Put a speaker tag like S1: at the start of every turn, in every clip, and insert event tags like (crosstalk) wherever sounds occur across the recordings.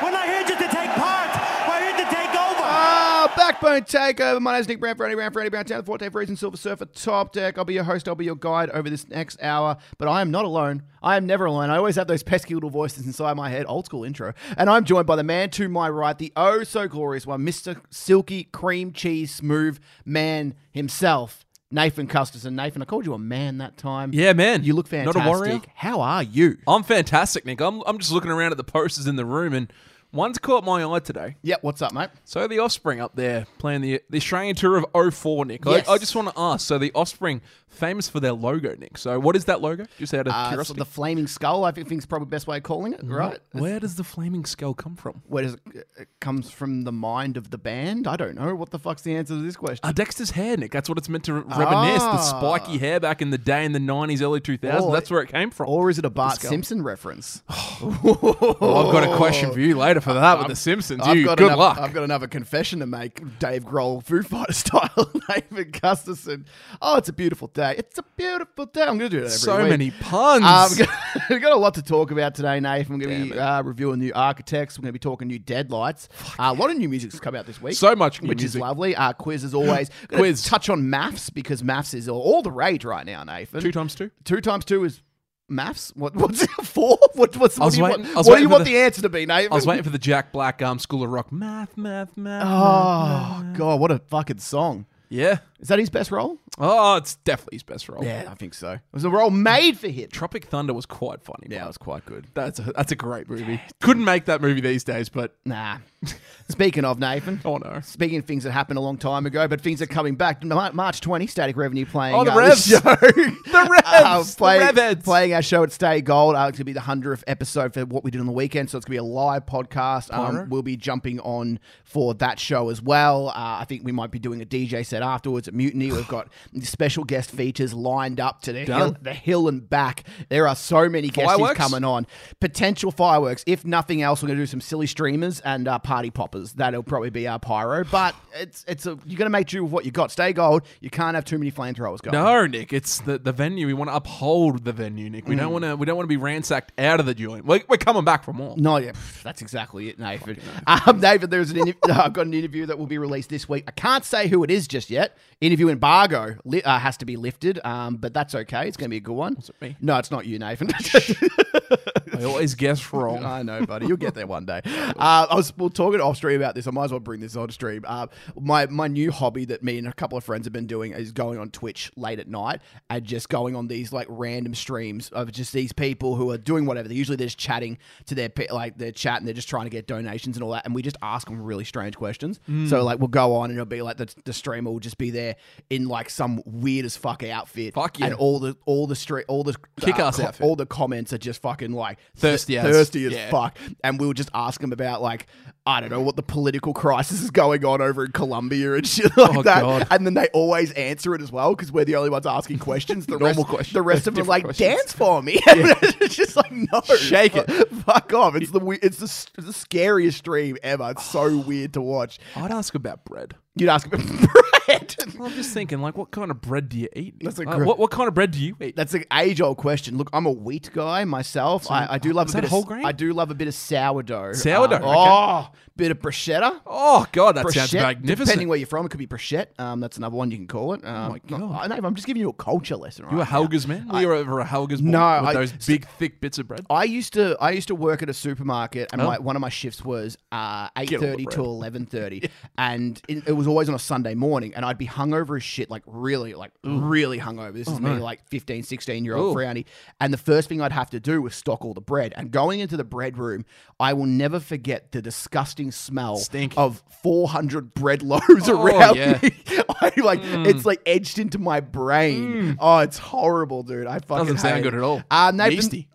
S1: Ah, Backbone Takeover. My name's Nick Brown, Freddie Brown, Freddie Brown, Town, Forte Freezing Silver Surfer, Top Deck. I'll be your host, I'll be your guide over this next hour. But I am not alone. I am never alone. I always have those pesky little voices inside my head, old school intro. And I'm joined by the man to my right, the oh so glorious one, Mr. Silky Cream Cheese Smooth Man himself, Nathan Custerson. Nathan, I called you a man that time.
S2: Yeah, man.
S1: You look
S2: Not
S1: fantastic.
S2: a warrior. Oh.
S1: How are you?
S2: I'm fantastic, Nick. I'm, I'm just looking around at the posters in the room, and one's caught my eye today.
S1: Yeah, what's up, mate?
S2: So the Offspring up there playing the, the Australian tour of 04, Nick.
S1: Yes.
S2: I, I just want to ask. So the Offspring, famous for their logo, Nick. So what is that logo? Just out of
S1: Uh, so
S2: curiosity. Mm-hmm.
S1: the flaming skull, I think, is probably the best way of calling it, right?
S2: Where does the flaming skull come from?
S1: Where does it, it uh, comes from the mind of the band? I don't know. What the fuck's the answer to this question?
S2: Uh, Dexter's hair, Nick. That's what it's meant to re- reminisce. The
S1: Ah.
S2: spiky hair back in the day in the 90s, early 2000s.
S1: Or-
S2: That's where it came from.
S1: Or is it a Bart
S2: skull.
S1: Simpson reference?
S2: Oh, I've got a question for you later for that with The Simpsons. You, good
S1: another,
S2: luck.
S1: I've got another confession to make, Dave Grohl, Foo Fighter style, (laughs) David Gustafson. Oh, it's a beautiful day. It's a beautiful day. I'm going to do it every
S2: so
S1: week.
S2: many puns.
S1: Um, (laughs) we've got a lot to talk about today, Nathan. We're going to be uh, reviewing new architects. We're going to be talking new deadlights. Uh, a lot of new music's come out this week.
S2: So much new
S1: which is
S2: music.
S1: lovely. Uh, quiz as
S2: (gasps)
S1: always. Gonna
S2: Quiz.
S1: Touch on maths because maths is all, all the rage right now, Nathan.
S2: two times two.
S1: Two times two is maths. What? What's it (laughs) four? What? What's?
S2: I
S1: What
S2: was
S1: do you
S2: waiting- I
S1: want?
S2: was
S1: What do you
S2: waiting for
S1: want
S2: the-
S1: the answer to be, Nathan?
S2: I was waiting for the Jack Black um, School of Rock. Math, math, math.
S1: Oh God! What a fucking song.
S2: Yeah.
S1: Is that his best role?
S2: Oh, it's definitely his best role.
S1: I think so. It was a role made for him.
S2: Tropic Thunder was quite funny.
S1: Yeah, it
S2: man.
S1: was quite good.
S2: That's a, that's a great movie. Couldn't make that movie these days, but (laughs)
S1: Nah. (laughs) Speaking of Nathan,
S2: oh no.
S1: Speaking of things that happened a long time ago, but things are coming back. Mar- March 20, Static Revenue playing.
S2: Oh, the
S1: uh, (laughs) this
S2: (laughs) Revs.
S1: show.
S2: The Revs.
S1: Uh,
S2: The
S1: playing,
S2: Revheads.
S1: playing our show at Stay Gold. Uh, it's going to be the 100th episode for what we did on the weekend. So it's going to be a live podcast.
S2: Pyro.
S1: Um, we'll be jumping on for that show as well. Uh, I think we might be doing a DJ set afterwards at Mutiny. We've got (sighs) special guest features lined up to the hill,
S2: Done.
S1: the hill and back. There are so many guests who's
S2: Fireworks?
S1: coming going on. Potential fireworks. If nothing else, we're going to do some silly streamers and uh, party poppers. That'll probably be our pyro. But it's it's a, you're going to make do with what you got. Stay gold. You can't have too many flamethrowers going.
S2: No, Nick. It's the, the venue. We want to uphold the venue, Nick. We don't want to. We don't want to be ransacked out of the joint. We're, we're coming back for more.
S1: No, yeah, pff, that's exactly it, Nathan. Um, Nathan, there's an interv- (laughs) I've got an interview that will be released this week. I can't say who it is just yet. Interview embargo li- uh, has to be lifted, um, but that's okay. It's going to be a good one. Was
S2: it me?
S1: No, it's not you, Nathan.
S2: I always (laughs) guess wrong.
S1: I know, buddy. You'll get there one
S2: (laughs)
S1: day. Uh, I was we'll talking off stream about this. I might as well bring this on stream. Uh, my my new hobby that me and a couple of friends have been doing is going on Twitch late at night and just going on these like random streams of just these people who are doing whatever. They're usually just chatting to their pe- like their chat and they're just trying to get donations and all that. And we just ask them really strange questions.
S2: Mm.
S1: So like we'll go on and it'll be like the, the streamer will just be there in like some weird as fuck outfit.
S2: Fuck yeah.
S1: And all the all the street all the uh,
S2: Kick-ass outfit.
S1: all the comments are just fucking like
S2: Thirsty as.
S1: thirsty as
S2: Yeah.
S1: fuck fuck. And we would just ask him about like I don't know what the political crisis is going on over in Colombia and (laughs) shit like
S2: Oh,
S1: that.
S2: God.
S1: And then they always answer it as well because we're the only ones
S2: (laughs)
S1: asking questions. The
S2: Normal
S1: rest,
S2: questions.
S1: The rest of them are like
S2: Different
S1: dance for me. (laughs) it's just like no,
S2: Shake it.
S1: (laughs) fuck off. It's the we- it's the, s- it's the scariest stream ever. It's
S2: (sighs)
S1: so weird to watch.
S2: I'd ask about bread.
S1: You'd ask him, (laughs) Brett.
S2: I'm just thinking, like, what kind of bread do you eat? Nick?
S1: That's a
S2: Like,
S1: gr-
S2: what, what kind of bread do you eat?
S1: That's an age-old question. Look, I'm a wheat guy myself. I, I do love
S2: oh, is
S1: a bit
S2: that
S1: of
S2: whole grain?
S1: I do love a bit of sourdough.
S2: Sourdough, okay.
S1: oh, bit of bruschetta.
S2: oh God, that sounds
S1: Bruschetta,
S2: magnificent. Oh
S1: Depending where you're from, it could be Bruschetta. Um, that's another one you can call it. Um,
S2: my God.
S1: I know, I'm just giving you a culture lesson. Right
S2: You were
S1: now.
S2: Helga's man? Were you ever a Helga's boy
S1: No, I-
S2: with
S1: Oh,
S2: those big thick bits of bread?
S1: I used to I used to work at a supermarket, and my, one of my shifts was uh, eight
S2: Oh. Get all the
S1: thirty to
S2: bread.
S1: eleven
S2: (laughs)
S1: thirty, and it, it was always on a Sunday morning, and I'd be hungover as shit, like really, like really hungover. This is me, like 15, 16 year old
S2: Oh, Ooh.
S1: frowny, and the first thing I'd have to do was stock all the bread. And going into the bread room, I will never forget the disgusting smell
S2: Stink.
S1: of four hundred bread loaves
S2: Oh,
S1: around
S2: yeah. Mm.
S1: me. (laughs) I like it's like edged into my brain. Oh, it's horrible, dude. I fucking
S2: Doesn't sound
S1: hate
S2: good
S1: it.
S2: at all.
S1: Uh, Nathan,
S2: Yeasty.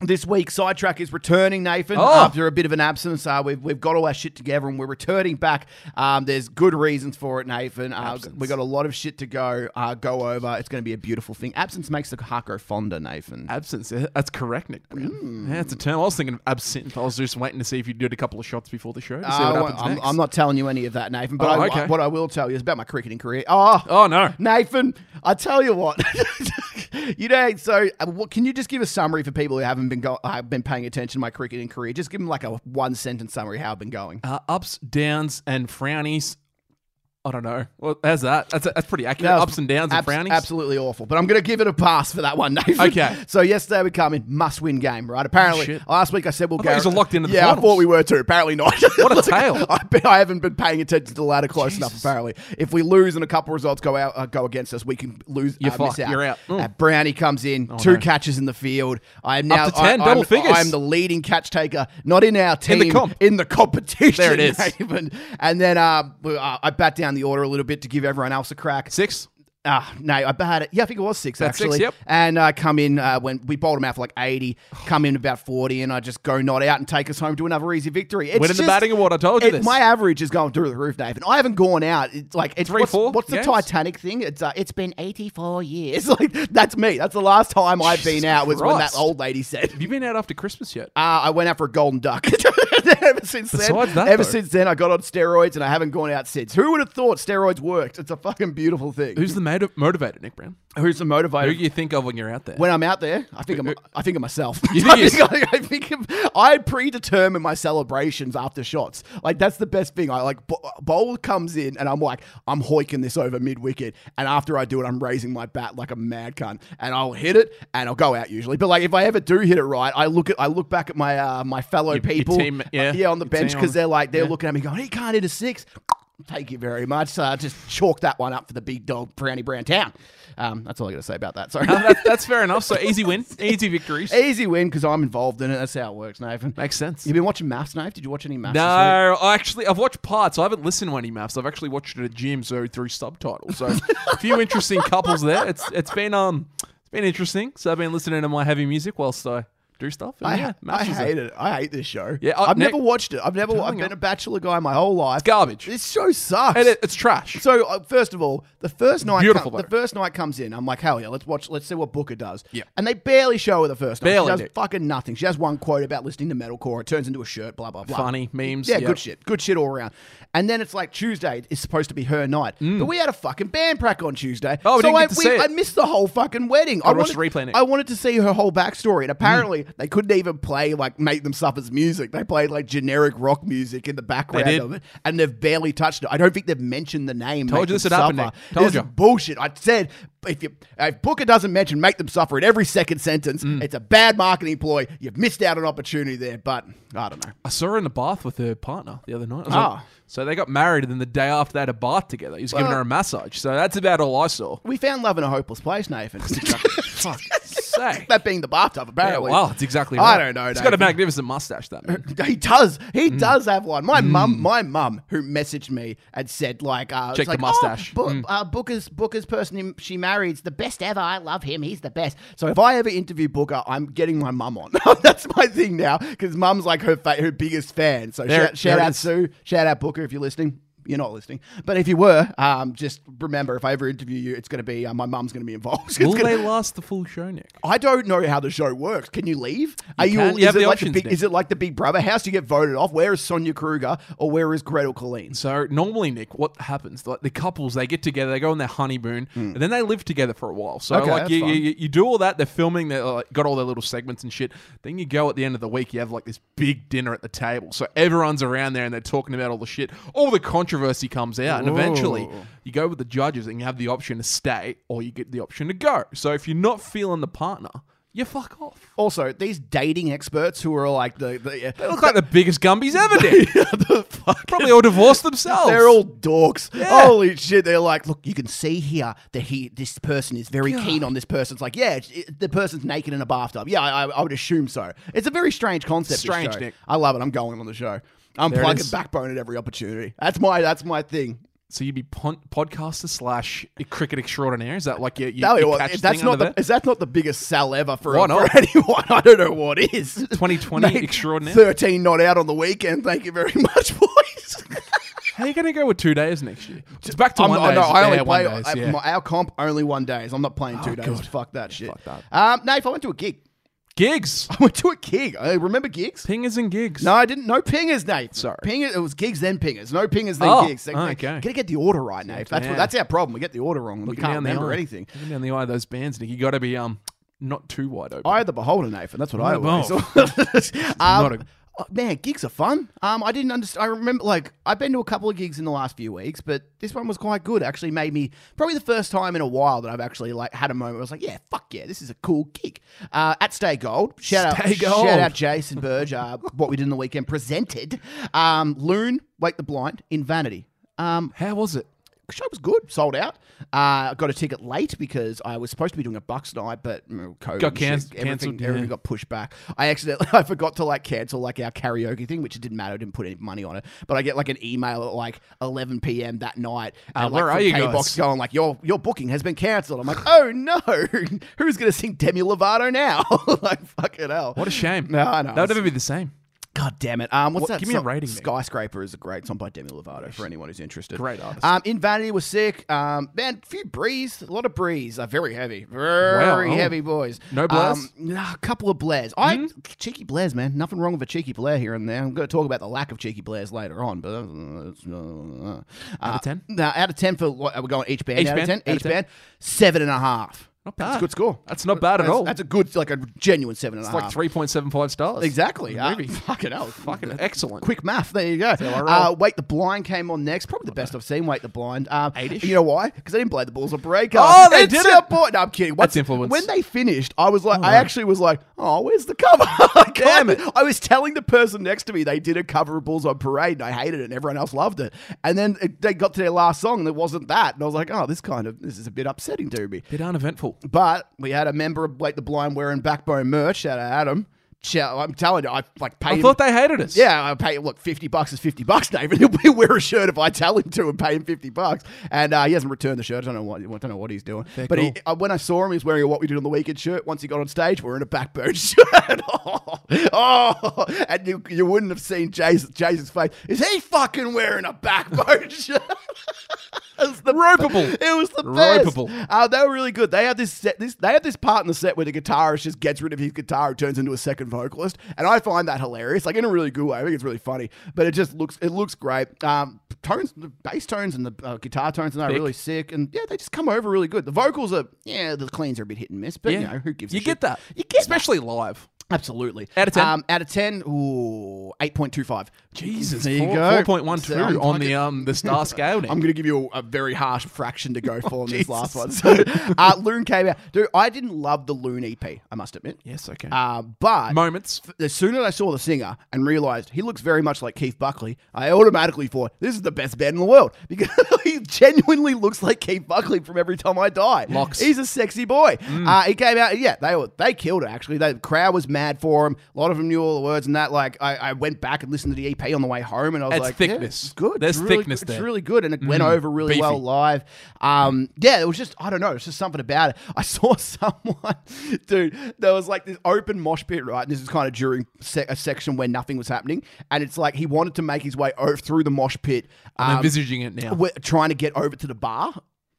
S1: this week, Sidetrack is returning, Nathan,
S2: Oh.
S1: after a bit of an absence. Uh, we've, we've got all our shit together and we're returning back. Um, there's good reasons for it, Nathan. Uh, we got a lot of shit to go uh, go over. It's going to be a beautiful thing. Absence makes the heart grow fonder, Nathan.
S2: Absinthe. yeah, That's correct, Nick. Brown.
S1: Mm.
S2: Yeah, it's a term. I was thinking of absinthe. I was just waiting to see if you did a couple of shots before the show to see
S1: Uh,
S2: what
S1: I
S2: happens
S1: won't- I'm,
S2: next.
S1: I'm not telling you any of that, Nathan, but
S2: Oh,
S1: I-
S2: okay.
S1: what I will tell you is about my cricketing career. Oh,
S2: Oh no.
S1: Nathan, I tell you what, (laughs) you know. So, uh, what, can you just give a summary for people who haven't been go- uh, been paying attention to my cricketing career? Just give them like a one sentence summary how I've been going.
S2: Uh, ups, downs, and frownies. I don't know. Well, how's that? That's, that's pretty accurate.
S1: That was
S2: Ups and downs
S1: abs-
S2: and frownings.
S1: Absolutely awful. But I'm going to give it a pass for that one, Nathan.
S2: Okay.
S1: (laughs) So yesterday we come in must win game, right? Apparently
S2: Shit.
S1: last week I said we'll
S2: I thought
S1: go.
S2: yous were locked into the
S1: yeah, I
S2: finals.
S1: thought we were too. Apparently not. (laughs)
S2: What a
S1: Like,
S2: tale.
S1: I, bet I haven't been paying attention to the ladder close enough.
S2: Jesus.
S1: Apparently, if we lose and a couple results go out uh, go against us, we can lose.
S2: You're
S1: uh, miss
S2: fucked.
S1: out.
S2: You're out. Mm. Oh,
S1: Uh, Brownie comes in, two
S2: no.
S1: catches in the field. I am now
S2: to 10,
S1: I,
S2: double
S1: I'm,
S2: figures.
S1: I'm the leading catch taker, not in our
S2: In
S1: team,
S2: the comp.
S1: in the competition.
S2: There it
S1: (laughs)
S2: is.
S1: Nathan. And then uh, uh, I bat down the order a little bit to give everyone else a crack.
S2: Six.
S1: Ah, no, I had it. Yeah, I think it was six
S2: That's six,
S1: actually.
S2: yep.
S1: And uh, come in uh, when we bowled them out for like eighty. Come in about forty, and I just go not out and take us home to another easy victory. It's
S2: Winning the
S1: just-
S2: batting award, I told you
S1: it-
S2: this.
S1: My average is going through the roof, Dave, and I haven't gone out. It's like it's
S2: Three,
S1: what's,
S2: four
S1: What's the
S2: games?
S1: Titanic thing? It's uh, it's been eighty four years. (laughs) Like that's me. That's the last time I've been out was when that
S2: Christ.
S1: old lady said. (laughs)
S2: Have you been out after Christmas yet?
S1: Uh, I went out for a golden duck. (laughs) ever since then,
S2: Besides that,
S1: ever
S2: though.
S1: since then, I got on steroids and I haven't gone out since. Who would have thought steroids worked? It's a fucking beautiful thing.
S2: Who's the motiv- motivator, Nick Brown?
S1: Who's the motivator?
S2: Who do you think of when you're out there?
S1: when I'm out there, I think I'm, I think of myself.
S2: Uh,
S1: (laughs)
S2: You
S1: I
S2: think
S1: think, I, I think of- I predetermine my celebrations after shots. Like that's the best thing. I like bo- bowl comes in and I'm like I'm hoiking this over mid wicket, and after I do it, I'm raising my bat like a mad cunt, and I'll hit it and I'll go out usually. But like if I ever do hit it right, I look at I look back at my uh, my fellow people, uh,
S2: team- yeah.
S1: on the
S2: Your
S1: bench
S2: team
S1: because
S2: on-
S1: they're like they're
S2: yeah.
S1: looking at me going, he can't hit a six. Thank you very much. So I just chalk that one up for the big dog, Brownie Brown Town. Um, that's all I got to say about that. Sorry.
S2: No, that- that's fair enough. So easy win, easy victories.
S1: Easy win because I'm involved in it. That's how it works, Nathan.
S2: Makes sense.
S1: You've been watching Maths, Nathan? Did you watch any Maths? this
S2: No,
S1: week?
S2: I actually I've watched parts. I haven't listened to any maps. I've actually watched it at gym, so through subtitles. So a
S1: (laughs)
S2: few interesting couples there. It's it's been um it's been interesting. So I've been listening to my heavy music whilst I do stuff. And
S1: I,
S2: yeah, maths
S1: I
S2: is
S1: hate it. I hate this show.
S2: Yeah, I-
S1: I've
S2: Nick-
S1: never watched it. I've never. I've
S2: telling
S1: been
S2: you.
S1: a bachelor guy my whole life.
S2: garbage.
S1: This show sucks.
S2: And it- it's trash.
S1: so uh, first of all, the first night,
S2: Beautiful,
S1: come- the
S2: though.
S1: first night comes in. I'm like, hell yeah, let's watch. Let's see what Booker does.
S2: Yeah.
S1: And they barely show her the first night.
S2: Barely
S1: She does
S2: do.
S1: fucking nothing. She has one quote about listening to metalcore. It turns into a shirt. Blah blah blah.
S2: Funny memes.
S1: Yeah, good shit. Good shit all around. And then it's like Tuesday is supposed to be her night. But we had a fucking band prac on Tuesday.
S2: Mm. Oh, we
S1: so
S2: didn't
S1: I,
S2: get to see it.
S1: I missed the whole fucking wedding. I,
S2: watched
S1: wanted,
S2: the replay, Nick.
S1: I wanted to see her whole backstory. And
S2: Mm-hmm.
S1: apparently they couldn't even play like Make Them Suffer's music. They played like generic rock music in the background
S2: did.
S1: of it. And they've barely touched it. I don't think they've mentioned the name.
S2: Told
S1: Make
S2: you this
S1: Them
S2: would happen,
S1: Suffer.
S2: Nick. Told
S1: This
S2: you.
S1: is bullshit. I said if you if Booker doesn't mention Make Them Suffer in every second sentence,
S2: Mm.
S1: it's a bad marketing ploy. You've missed out an opportunity there, but I don't know.
S2: I saw her in the bath with her partner the other night. I was
S1: Ah.
S2: like- so they got married, and then the day after they had a bath together. He was giving
S1: Well-
S2: her a massage. So that's about all I
S1: (laughs)
S2: saw.
S1: We found love in a hopeless place, Nathan. (laughs)
S2: Fuck. Say.
S1: that being the bathtub,
S2: Yeah,
S1: apparently.
S2: wow, that's exactly
S1: I
S2: right.
S1: don't know,
S2: He's got a
S1: Nathan.
S2: magnificent mustache, that man.
S1: (laughs) He does. He
S2: Mm.
S1: does have one. My mum, my mum, who messaged me and said, like, uh, it's
S2: Check the
S1: like,
S2: mustache. Mm.
S1: Oh, Bo- uh, Booker's Booker's person him, she married's the best ever. I love him. He's the best. So if I ever interview Booker, I'm getting my mum on. (laughs) That's my thing now because mum's like her fa- her biggest fan. So
S2: There-
S1: shout, shout
S2: there it
S1: out
S2: is.
S1: Sue. Shout out Booker if you're listening. You're not listening, but if you were, um, just remember if I ever interview you, it's going to be uh, my mum's going to be involved. (laughs) It's
S2: Will
S1: gonna-
S2: they last the full show, Nick?
S1: I don't know how the show works. Can you leave? Are you?
S2: can.
S1: is
S2: You have
S1: it
S2: the
S1: like the
S2: options
S1: big,
S2: now.
S1: is it like the Big Brother house? You get voted off. Where is Sonia Kruger or where is Gretel Colleen?
S2: So normally, Nick, what happens? Like the couples, they get together, they go on their honeymoon, and then they live together for a while. So
S1: Hmm. Okay,
S2: like
S1: that's
S2: you,
S1: fine.
S2: you, you do all that, they're filming, they like, got all their little segments and shit. Then you go at the end of the week, you have like this big dinner at the table. So everyone's around there and they're talking about all the shit. All the controversy comes out, and eventually
S1: Ooh.
S2: you go with the judges and you have the option to stay or you get the option to go. So if you're not feeling the partner, you fuck off.
S1: Also, these dating experts who are like the, the (laughs)
S2: They look like the biggest Gumbies ever did. Probably all divorced themselves.
S1: They're all dorks.
S2: Yeah.
S1: Holy shit! They're like, look, you can see here that he, this person is very keen on this person. It's like, yeah, it's- it- the person's naked in a bathtub. Yeah, I, I would assume so. It's a very strange concept. this
S2: Strange,
S1: show.
S2: Nick.
S1: I love it. I'm going on the show. I'm
S2: There it
S1: plugging
S2: is.
S1: backbone at every opportunity. That's my that's my thing.
S2: So you'd be pon- podcaster slash cricket extraordinaire? Is that like your, your,
S1: Tell you
S2: your
S1: what,
S2: catch
S1: if that's
S2: thing
S1: not
S2: under
S1: the,
S2: there?
S1: if that's not the biggest sell ever for, for
S2: Why not?
S1: anyone, (laughs) I don't know what is.
S2: 2020
S1: Mate,
S2: extraordinaire?
S1: Thirteen not out on the weekend. Thank you very (laughs) much, boys.
S2: How are you going to go with two days next year? It's back to
S1: I'm
S2: one
S1: not-
S2: day.
S1: no, I only
S2: yeah,
S1: play
S2: one days,
S1: I-
S2: yeah. Oh,
S1: my- our comp only one days. I'm not playing two days. Fuck that shit.
S2: fuck that.
S1: Um, Nath, I went to a gig. (laughs)
S2: gigs,
S1: I went to a gig. I remember gigs.
S2: pingers and gigs.
S1: No, I didn't. No pingers, Nate.
S2: Sorry.
S1: pingers. It was gigs then pingers. No pingers then
S2: Oh,
S1: gigs. They-
S2: oh,
S1: they-
S2: okay.
S1: Gotta get the order right, Nate. That's what,
S2: Yeah.
S1: that's our problem. We get the order wrong. and we
S2: Looking
S1: can't
S2: down the
S1: remember
S2: eye-
S1: anything.
S2: looking Down the eye of those bands, Nick. You got to be um not too wide open.
S1: (laughs) Eye of the beholder, Nathan. That's what I
S2: Eye of the
S1: always. um,
S2: (laughs) Not a
S1: Oh, man, gigs are fun. Um, I didn't understand. I remember, like, I've been to a couple of gigs in the last few weeks, but this one was quite good. Actually, made me probably the first time in a while that I've actually like had a moment. Where I was like, yeah, fuck yeah, this is a cool gig. Uh, at Stay Gold, shout
S2: Stay
S1: out,
S2: Gold.
S1: shout out, Jason Burge. Uh, (laughs) what we did in the weekend presented. Um, Loon, Wake the Blind in Vanity. Um,
S2: How was it?
S1: show was good, sold out. Uh, got a ticket late because I was supposed to be doing a Bucks night, but mm, COVID
S2: Got
S1: and shit,
S2: canc-
S1: everything,
S2: cancelled, yeah.
S1: everything got pushed back. I accidentally (laughs) I forgot to like cancel like our karaoke thing, which it didn't matter. I didn't put any money on it, but I get like an email at like 11 p.m. that night.
S2: Uh,
S1: and,
S2: where
S1: like,
S2: are you
S1: K
S2: guys?
S1: Box going like your your booking has been cancelled. I'm like, oh no, (laughs) who's gonna sing Demi Lovato now? (laughs) like fucking hell.
S2: What a shame.
S1: No, I know.
S2: That would never be the same.
S1: God damn it. Um, what's
S2: What-
S1: that?
S2: give me a
S1: song?
S2: rating, Nick.
S1: Skyscraper is a great song by Demi Lovato for anyone who's interested.
S2: Great artist.
S1: Um, Invanity was sick. Um, man, few breeze, a lot of breeze. Uh, very heavy, very
S2: Wow.
S1: heavy, boys.
S2: No Hmm? blares?
S1: Um, nah, a couple of blares. I cheeky blares, man. Nothing wrong with a cheeky blare here and there. I'm going to talk about the lack of cheeky blares later on, but uh, it's, uh,
S2: Out of 10?
S1: No, out of ten for what are we going? Each band,
S2: Each
S1: out
S2: band?
S1: of ten,
S2: Out of
S1: each
S2: 10?
S1: band, seven and a half.
S2: Not
S1: That's
S2: bad.
S1: a good score.
S2: That's not bad at
S1: That's-
S2: all.
S1: That's a good, like a genuine seven and a
S2: It's
S1: half.
S2: like 3.75 stars.
S1: Exactly. Uh,
S2: movie.
S1: (laughs) fucking hell. Fucking
S2: Fucking excellent.
S1: Quick math. There you go.
S2: how I roll.
S1: Uh, Wake the Blind came on next. Probably the best I've seen. Wake the Blind. Um,
S2: Eight-ish?
S1: You know why? Because they didn't play the balls on breaker.
S2: Oh, they
S1: It's
S2: did
S1: so
S2: it.
S1: important. No, I'm kidding. Once-
S2: That's influence.
S1: When they finished, I was like, I
S2: right.
S1: actually was like, oh, where's the cover? (laughs) I
S2: Damn
S1: can't- I was telling the person next to me they did a cover of Bulls on Parade, and I hated it, and everyone else loved it. And then it, they got to their last song, and it wasn't that. And I was like, oh, this kind of this is a bit upsetting to me.
S2: Bit uneventful.
S1: But we had a member of Wake the Blind wearing backbone merch. Shout out Adam. Shout- I'm telling you, I like paid.
S2: I
S1: him-
S2: thought they hated us.
S1: yeah, I pay look fifty bucks is fifty bucks, David. He'll (laughs) wear a shirt if I tell him to, and pay him fifty bucks. And uh, he hasn't returned the shirt. I don't know what. I don't know what he's doing. but he,
S2: cool.
S1: uh, when I saw him, he was wearing a "What We Did on the Weekend" shirt. Once he got on stage, wearing a backbone (laughs) shirt. oh, and you you wouldn't have seen Jay's Jay's face. Is he fucking wearing a backbone (laughs) shirt? It's the
S2: Ropeable.
S1: (laughs) It was the best.
S2: Ropeable.
S1: Uh, they were really good. They had this set. This they had this part in the set where the guitarist just gets rid of his guitar and turns into a second vocalist, and I find that hilarious. Like in a really good way. I think it's really funny, but it just looks it looks great. Um, tones, the bass tones and the uh, guitar tones and that are
S2: Thick.
S1: really sick, and yeah, they just come over really good. The vocals are yeah, the cleans are a bit hit and miss, but you know who gives
S2: You
S1: a
S2: get
S1: shit?
S2: that.
S1: You get that.
S2: Especially live.
S1: Absolutely.
S2: Out of 10?
S1: Um, out of 10, ooh, 8.25.
S2: Jesus,
S1: There you
S2: four-
S1: go.
S2: 4.12
S1: So I'm
S2: on
S1: fucking-
S2: the um the star scale. Now.
S1: I'm going to give you a, a very harsh fraction to
S2: (laughs)
S1: go for on this
S2: Oh,
S1: last
S2: Jesus.
S1: one. So, uh, Loon came out. Dude, I didn't love the Loon EP, I must admit.
S2: yes, okay.
S1: Uh, but
S2: Moments.
S1: as soon as I saw the singer and realized he looks very much like Keith Buckley, I automatically thought this is the best band in the world (laughs) because he genuinely looks like Keith Buckley from Every Time I Die.
S2: Locks. Mm.
S1: He's a sexy boy. Uh, he came out, yeah, they were, they killed it actually. The crowd was mad for him. A lot of them knew all the words and that. Like I, I went back and listened to the EP on the way home, and I was
S2: It's
S1: like, Yeah,
S2: thickness.
S1: it's good.
S2: There's
S1: It's really
S2: thickness
S1: good. It's
S2: there. Mm.
S1: really good, and it went over really
S2: Beefy.
S1: well live. Um, yeah, it was just I don't know, it's just something about it. (laughs) I saw someone, dude. There was like this open mosh pit, right? And this is kind of during se- a section where nothing was happening, and it's like he wanted to make his way over through the mosh pit,
S2: I'm
S1: um,
S2: envisaging it now.
S1: w- trying to get over to the bar.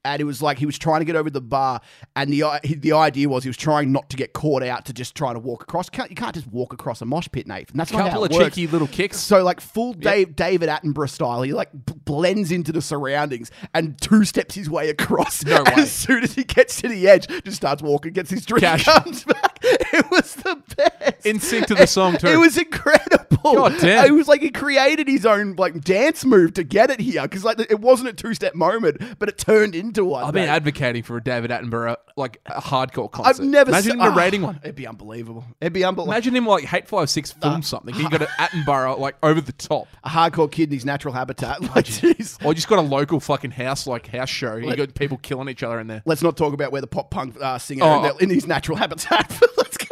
S1: And it was like he was trying to get over to the bar, and the i- he- the idea was he was trying not to get caught out to just trying to walk across. Can't, you can't just walk across a mosh pit, Nathan. That's
S2: A
S1: not
S2: couple
S1: how
S2: of
S1: it works.
S2: cheeky little kicks.
S1: So like full Dave, David Attenborough style, he like b- blends into the surroundings and two steps his way across.
S2: No
S1: and
S2: way.
S1: As soon as he gets to the edge, just starts walking, gets his drink,
S2: Cash.
S1: comes back. (laughs) It was the best.
S2: In sync to the song, too.
S1: It was incredible.
S2: God damn.
S1: It was like he created his own like dance move to get it here because like it wasn't a two step moment, but it turned into one.
S2: I've been
S1: mate.
S2: advocating for a David Attenborough like a hardcore
S1: I've
S2: concert.
S1: never se-
S2: imagine him narrating
S1: Ah,
S2: one.
S1: It'd be unbelievable. It'd be unbelievable.
S2: Imagine him like hate five six film something. He got an Attenborough like over the top,
S1: a hardcore kid in his natural
S2: (laughs)
S1: habitat. Like, jeez.
S2: or just got a local fucking house like house show. You got people killing each other in there.
S1: Let's not talk about where the pop punk uh, singer
S2: Oh.
S1: in, their- in his natural habitat. (laughs) Let's go.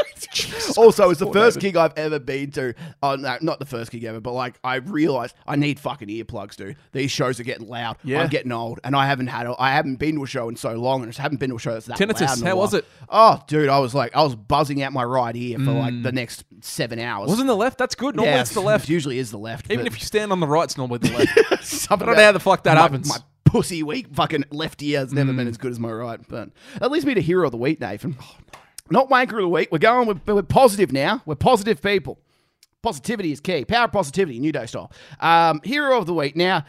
S1: Also, it's the first gig I've ever been to. Oh no, not the first gig ever, but like I realized I need fucking earplugs, dude. These shows are getting loud.
S2: Yeah.
S1: I'm getting old, and I haven't had a, I haven't been to a show in so long, and I just haven't been to a show that's that
S2: Tinnitus,
S1: loud. in a
S2: how was
S1: while.
S2: it?
S1: Oh, dude, I was like I was buzzing out my right ear for like the next seven hours.
S2: Hmm. Wasn't the left? That's good. Normally
S1: Yeah, (laughs)
S2: it's the left.
S1: it Usually is the left.
S2: Even
S1: but-
S2: if you stand on the right, it's normally the left.
S1: Something
S2: I don't know
S1: about
S2: how the fuck that
S1: my-
S2: happens. Mm.
S1: My pussy weak fucking left ear has never been as good as my right. But that leads me to hero of the week, Nathan.
S2: Oh,
S1: Not wanker of the week. We're going. We're, we're positive now. We're positive people. Positivity is key. Power of positivity. New day style. Um, hero of the week. Now,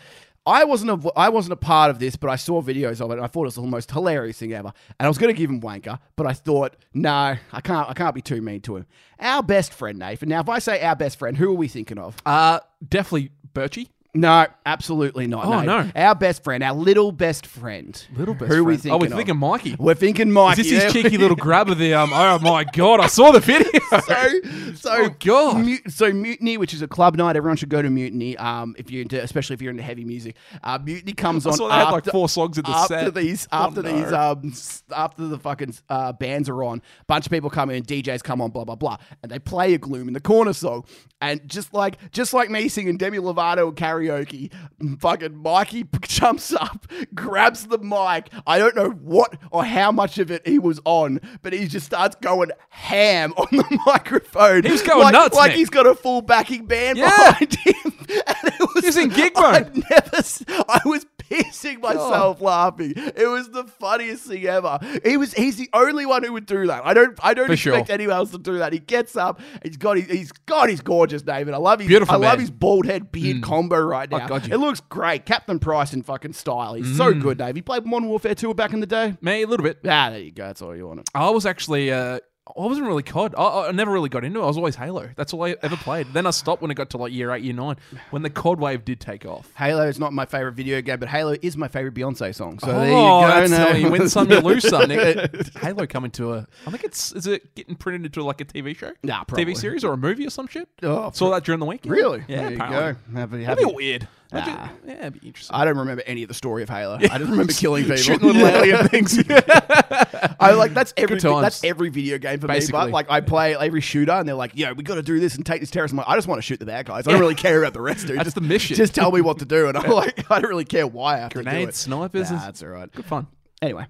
S1: I wasn't a, I wasn't a part of this, but I saw videos of it. and I thought it was the most hilarious thing ever, and I was going to give him wanker, but I thought no, I can't. I can't be too mean to him. Our best friend Nathan. Now, if I say our best friend, who are we thinking of?
S2: Uh, definitely Birchie.
S1: No, absolutely not.
S2: Oh,
S1: no.
S2: no.
S1: Our best friend, our little best friend.
S2: Little best
S1: Who are we
S2: friend.
S1: thinking
S2: Oh, we're
S1: of?
S2: thinking Mikey.
S1: We're thinking Mike.
S2: Is this
S1: (laughs)
S2: his cheeky little grab of the um? Oh my god! I saw the video.
S1: so so
S2: Oh, God.
S1: mu- so mutiny, which is a club night. Everyone should go to mutiny. Um, if you're into, especially if you're into heavy music, uh, mutiny comes
S2: I
S1: on
S2: saw they had
S1: after.
S2: like four songs at the
S1: after
S2: set.
S1: these,
S2: Oh,
S1: after
S2: no.
S1: these, um, s- after the fucking uh, bands are on, bunch of people come in, DJs come on, blah blah blah, and they play a Gloom in the Corner song, and just like just like me singing Demi Lovato at karaoke, fucking Mikey p- jumps up, (laughs) grabs the mic. I don't know what or how much of it he was on, but he just starts going ham (laughs) on the microphone. He
S2: was going
S1: like,
S2: nuts,
S1: like
S2: Nick.
S1: he's got a full backing band
S2: Yeah.
S1: behind him. (laughs) And it was,
S2: He was
S1: (laughs)
S2: in gig
S1: I've
S2: mode.
S1: never. s- I was pissing myself laughing. It was the funniest thing ever. He was. He's the only one who would do that. I don't. I don't
S2: For
S1: expect
S2: sure.
S1: anyone else to do that. He gets up. He's got. His, he's got. He's gorgeous, David. I love his.
S2: Beautiful
S1: I love
S2: man. Mm. Oh,
S1: his bald head beard combo right now.
S2: God, you- Mm.
S1: it looks great. Captain Price in fucking style. He's so good, Dave. He played Modern Warfare 2 back in the day.
S2: Mate, a little bit.
S1: Ah, there you go. That's all you wanted.
S2: I was actually. Uh, I wasn't really COD. I, I never really got into it. I was always Halo. That's all I ever played. Then I stopped when it got to like year eight, year nine, when the COD wave did take off.
S1: Halo is not my favorite video game, but Halo is my favorite Beyonce song. So
S2: oh,
S1: there you go.
S2: that's
S1: now.
S2: telling you
S1: (laughs)
S2: win some, you lose some. Nick. uh, Halo coming to a. I think it's is it getting printed into like a TV show,
S1: Nah, probably.
S2: TV series or a movie or some shit.
S1: Oh,
S2: Saw that during the
S1: (laughs)
S2: weekend.
S1: Really?
S2: Yeah,
S1: There you
S2: apparently.
S1: go. Happy, happy.
S2: That'd be weird. Imagine- yeah, it'd be interesting.
S1: I don't remember any of the story of Halo. I just remember killing people,
S2: (laughs) Shooting little alien
S1: things. (laughs) I like that's every
S2: times.
S1: that's every video game for me.
S2: Basically.
S1: But like I play every shooter, and they're like, "Yo, we got to do this and take this terrorist." I'm like, I just want to shoot the bad guys. I don't really care about the
S2: (laughs)
S1: rest, dude.
S2: That's
S1: just
S2: the mission.
S1: Just tell me what to do, and
S2: (laughs)
S1: I'm like, I don't really care why I have to do it.
S2: Grenades, snipers,
S1: Nah,
S2: is-
S1: that's all right.
S2: Good fun.
S1: Anyway,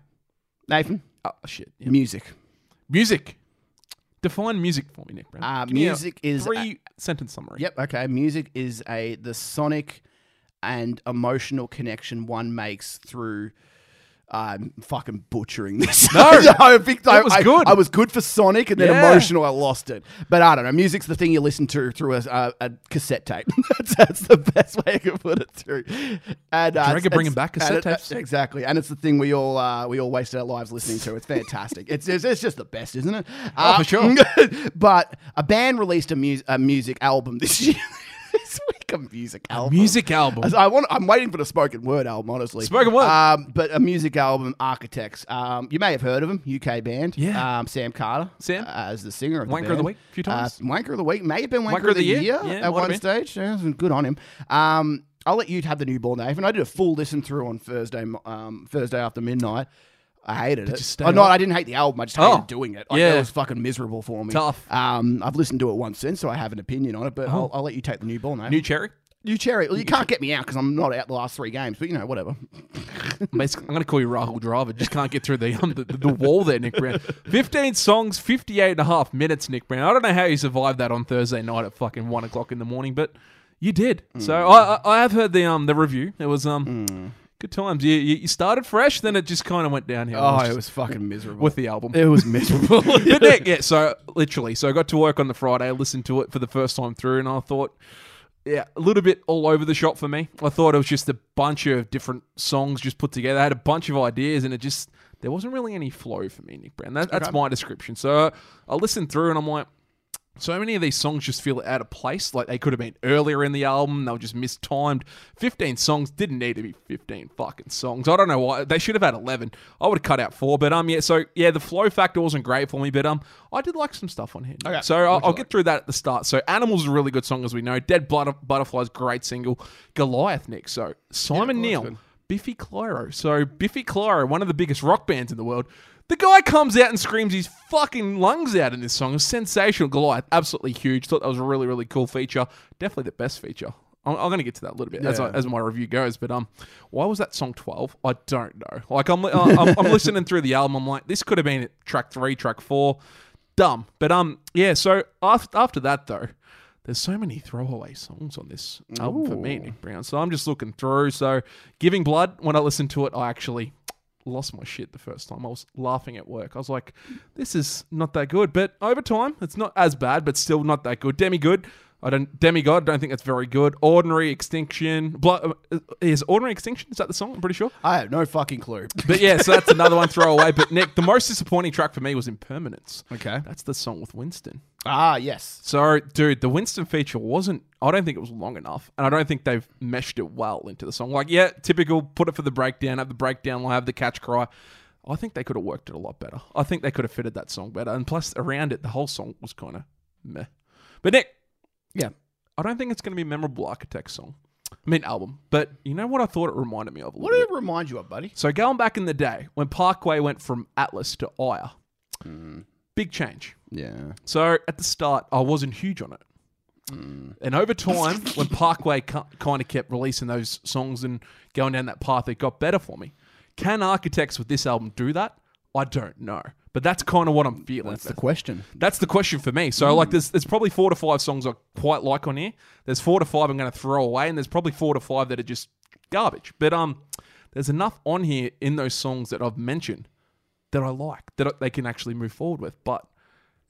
S1: Nathan,
S2: Oh shit. Yeah.
S1: music.
S2: Music. Define music for me, Nick Brown.
S1: Uh,
S2: Give me a
S1: music is
S2: three sentence summary.
S1: Yep. Okay. Music is a the sonic and emotional connection one makes through. I'm fucking butchering this.
S2: No.
S1: (laughs) I think I,
S2: was
S1: I-
S2: good.
S1: I, was good for Sonic, and then
S2: Yeah.
S1: emotional, I lost it. But I don't know. Music's the thing you listen to through a, a, a cassette tape. (laughs) that's, that's the best way I can put it through. And uh,
S2: I could
S1: it's-
S2: bring 'em back,
S1: and
S2: cassette
S1: it- uh,
S2: tapes?
S1: exactly. And it's the thing we all uh, we all wasted our lives listening to. It's fantastic. it's, it's it's just the best, isn't it? Uh,
S2: Oh,
S1: (laughs)
S2: for sure.
S1: but a band released a, mu- a music album this year. (laughs) this week, a music album.
S2: Music album.
S1: I want. I'm waiting for the spoken word album, honestly.
S2: Spoken word.
S1: Um, but a music album, Architects. Um, you may have heard of them. UK band.
S2: Yeah.
S1: Um, Sam Carter.
S2: Sam?
S1: uh, as the singer of the
S2: Wanker of
S1: band.
S2: the week, a few times.
S1: Uh, wanker of the week. May have been wanker,
S2: Wanker of the Year? Yeah,
S1: at
S2: might have
S1: one
S2: been.
S1: stage. Yeah, good on him. Um, I'll let you have the new ball, Nathan. I did a full listen through on Thursday. m- Um, Thursday after midnight. I hated
S2: you
S1: it.
S2: stay
S1: Oh, no,
S2: up?
S1: I didn't hate the album. I just hated
S2: Oh,
S1: doing it. Like,
S2: yeah.
S1: It was fucking miserable for me.
S2: Tough. Uh-huh.
S1: Um, I've listened to it once since, so I have an opinion on it, but I'll, I'll let you take the new ball, Nathan.
S2: New cherry.
S1: You cherry. Well, you can't get me out because I'm not out the last three games, but you know, whatever.
S2: Basically, I'm going to call you Rahul Dravid. Just can't get through the, um, the the wall there, Nick Brown. 15 songs, 58 and a half minutes, Nick Brown. I don't know how you survived that on Thursday night at fucking one o'clock in the morning, but you did. So I, I I have heard the um the review. It was um good times. You, you you started fresh, then it just kind of went downhill. Oh, It was just-
S1: Oh, was fucking miserable.
S2: with the album.
S1: (laughs) it was miserable.
S2: (laughs) but Nick, yeah, so literally, so I got to work on the Friday, listened to it for the first time through, and I thought, yeah, a little bit all over the shop for me. I thought it was just a bunch of different songs just put together. I had a bunch of ideas, and it just there wasn't really any flow for me, Nick Brown. That, that's my description. So I listened through, and I'm like. So many of these songs just feel out of place. Like they could have been earlier in the album. They were just mistimed. 15 songs didn't need to be 15 fucking songs. I don't know why. They should have had 11. I would have cut out four. But, um, yeah, so, yeah, the flow factor wasn't great for me. But, um, I did like some stuff on here.
S1: Okay.
S2: So I'll, I'll get through that at the start. So Animals is a really good song, as we know. Dead Butter- Butterflies, great single. Goliath, Nick. So Simon
S1: well, that's
S2: Neil.
S1: good.
S2: Biffy Clyro. So Biffy Clyro, one of the biggest rock bands in the world. The guy comes out and screams his fucking lungs out in this song. It was sensational. Goliath, absolutely huge. Thought that was a really, really cool feature. Definitely the best feature. I'm, I'm going to get to that a little bit as, I,
S1: Yeah.
S2: as my review goes. But um, why was that song 12? I don't know. Like, I'm, li- I'm, I'm listening through the album. I'm like, this could have been track three, track four. Dumb. But um, yeah, so after, after that, though, there's so many throwaway songs on this album for me, Nick Brown. So I'm just looking through. So Giving Blood, when I listened to it, I actually lost my shit the first time. I was laughing at work. I was like, this is not that good. But over time, it's not as bad, but still not that good. Demi Good. I don't demigod. Don't think that's very good. Ordinary extinction. Blood is ordinary extinction. Is that the song? I'm pretty sure.
S1: (laughs) I have no fucking clue.
S2: But yeah, so that's another one throw away. But Nick, the most disappointing track for me was Impermanence.
S1: Okay.
S2: That's the song with Winston.
S1: Ah, yes.
S2: So, dude, the Winston feature wasn't. I don't think it was long enough, and I don't think they've meshed it well into the song. Like, yeah, typical. Put it for the breakdown. Have the breakdown. We'll have the catch cry. I think they could have worked it a lot better. I think they could have fitted that song better. And plus, around it, the whole song was kind of meh. But Nick,
S1: Yeah.
S2: I don't think it's going to be a memorable Architects song. I mean, album. But you know what I thought it reminded me of a little
S1: What
S2: bit?
S1: did it remind you of, buddy?
S2: So going back in the day when Parkway went from Atlas to Ire, big change.
S1: Yeah.
S2: So at the start, I wasn't huge on it. And over
S1: (laughs)
S2: time, when Parkway kind of kept releasing those songs and going down that path, it got better for me. Can Architects with this album do that? I don't know. But that's kind of what I'm feeling.
S1: That's the question.
S2: That's the question for me. So, like, there's, there's probably four to five songs I quite like on here. There's four to five I'm going to throw away, and there's probably four to five that are just garbage. But um, there's enough on here in those songs that I've mentioned that I like that I, they can actually move forward with. But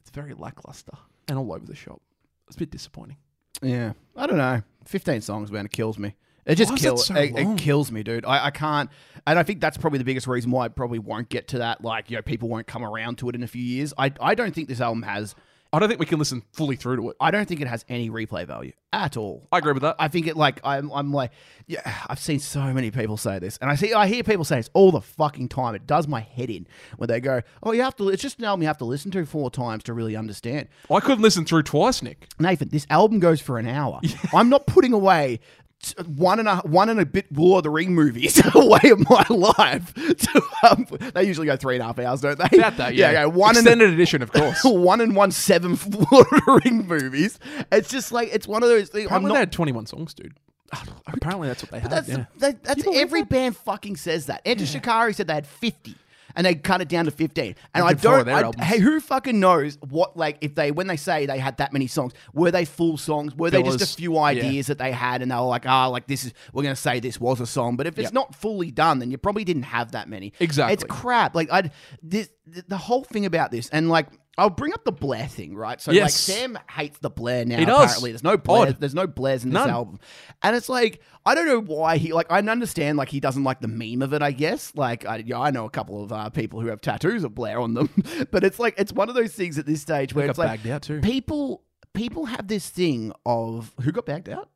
S2: it's very lackluster and all over the shop. It's a bit disappointing.
S1: Yeah, I don't know. Fifteen songs, man, it kills me. It just
S2: Why is it
S1: kills.
S2: so
S1: It, it
S2: long?
S1: kills me, dude. I, I can't, and I think that's probably the biggest reason why I probably won't get to that. Like, you know, people won't come around to it in a few years. I, I don't think this album has.
S2: I don't think we can listen fully through to it.
S1: I don't think it has any replay value at all.
S2: I agree with that.
S1: I think it like I'm I'm like yeah I've seen so many people say this and I see I hear people say this all the fucking time it does my head in when they go oh you have to it's just an album you have to listen to four times to really understand
S2: I couldn't listen through twice, Nick.
S1: Nathan, this album goes for an
S2: (laughs)
S1: hour. I'm not putting away t- one and a one and a bit Lord of the Ring movies (laughs) away of my life. (laughs) To, um, they usually go three and a half hours, don't they?
S2: About that,
S1: (laughs)
S2: yeah.
S1: yeah one and
S2: Extended edition, of course.
S1: (laughs) one and one seventh (laughs) Lord of the Ring movies. It's just like it's one of those things. I'm
S2: Apparently,
S1: not.
S2: they had 21 songs, dude. (sighs) Apparently, that's what they had.
S1: That's
S2: yeah.
S1: that, that's every band fucking says that. Enter Shikari said they had fifty. And they cut it down to fifteen, and I
S2: did four of
S1: don't.
S2: their
S1: I-
S2: albums.
S1: hey, who fucking knows what? Like, if they when they say they had that many songs, were they full songs? Were they
S2: Fillers.
S1: just a few ideas that they had, and they were like, ah, like this is we're gonna say this was a song, but if it's not fully done, then you probably didn't have that many.
S2: Exactly.
S1: it's crap. Like I, this th- the whole thing about this, and like I'll bring up the Blair thing, right? So like
S2: Yes.
S1: Sam hates the Blair now.
S2: He does.
S1: Apparently, there's no Blair,
S2: Odd.
S1: there's no Blairs in this
S2: None.
S1: album, and it's like I don't know why he like I understand like he doesn't like the meme of it. I guess like I yeah, I know a couple of uh, people who have tattoos of Blair on them, (laughs) but it's like it's one of those things at this stage where
S2: Got
S1: it's like
S2: bagged out, too.
S1: people people have this thing of who got bagged out.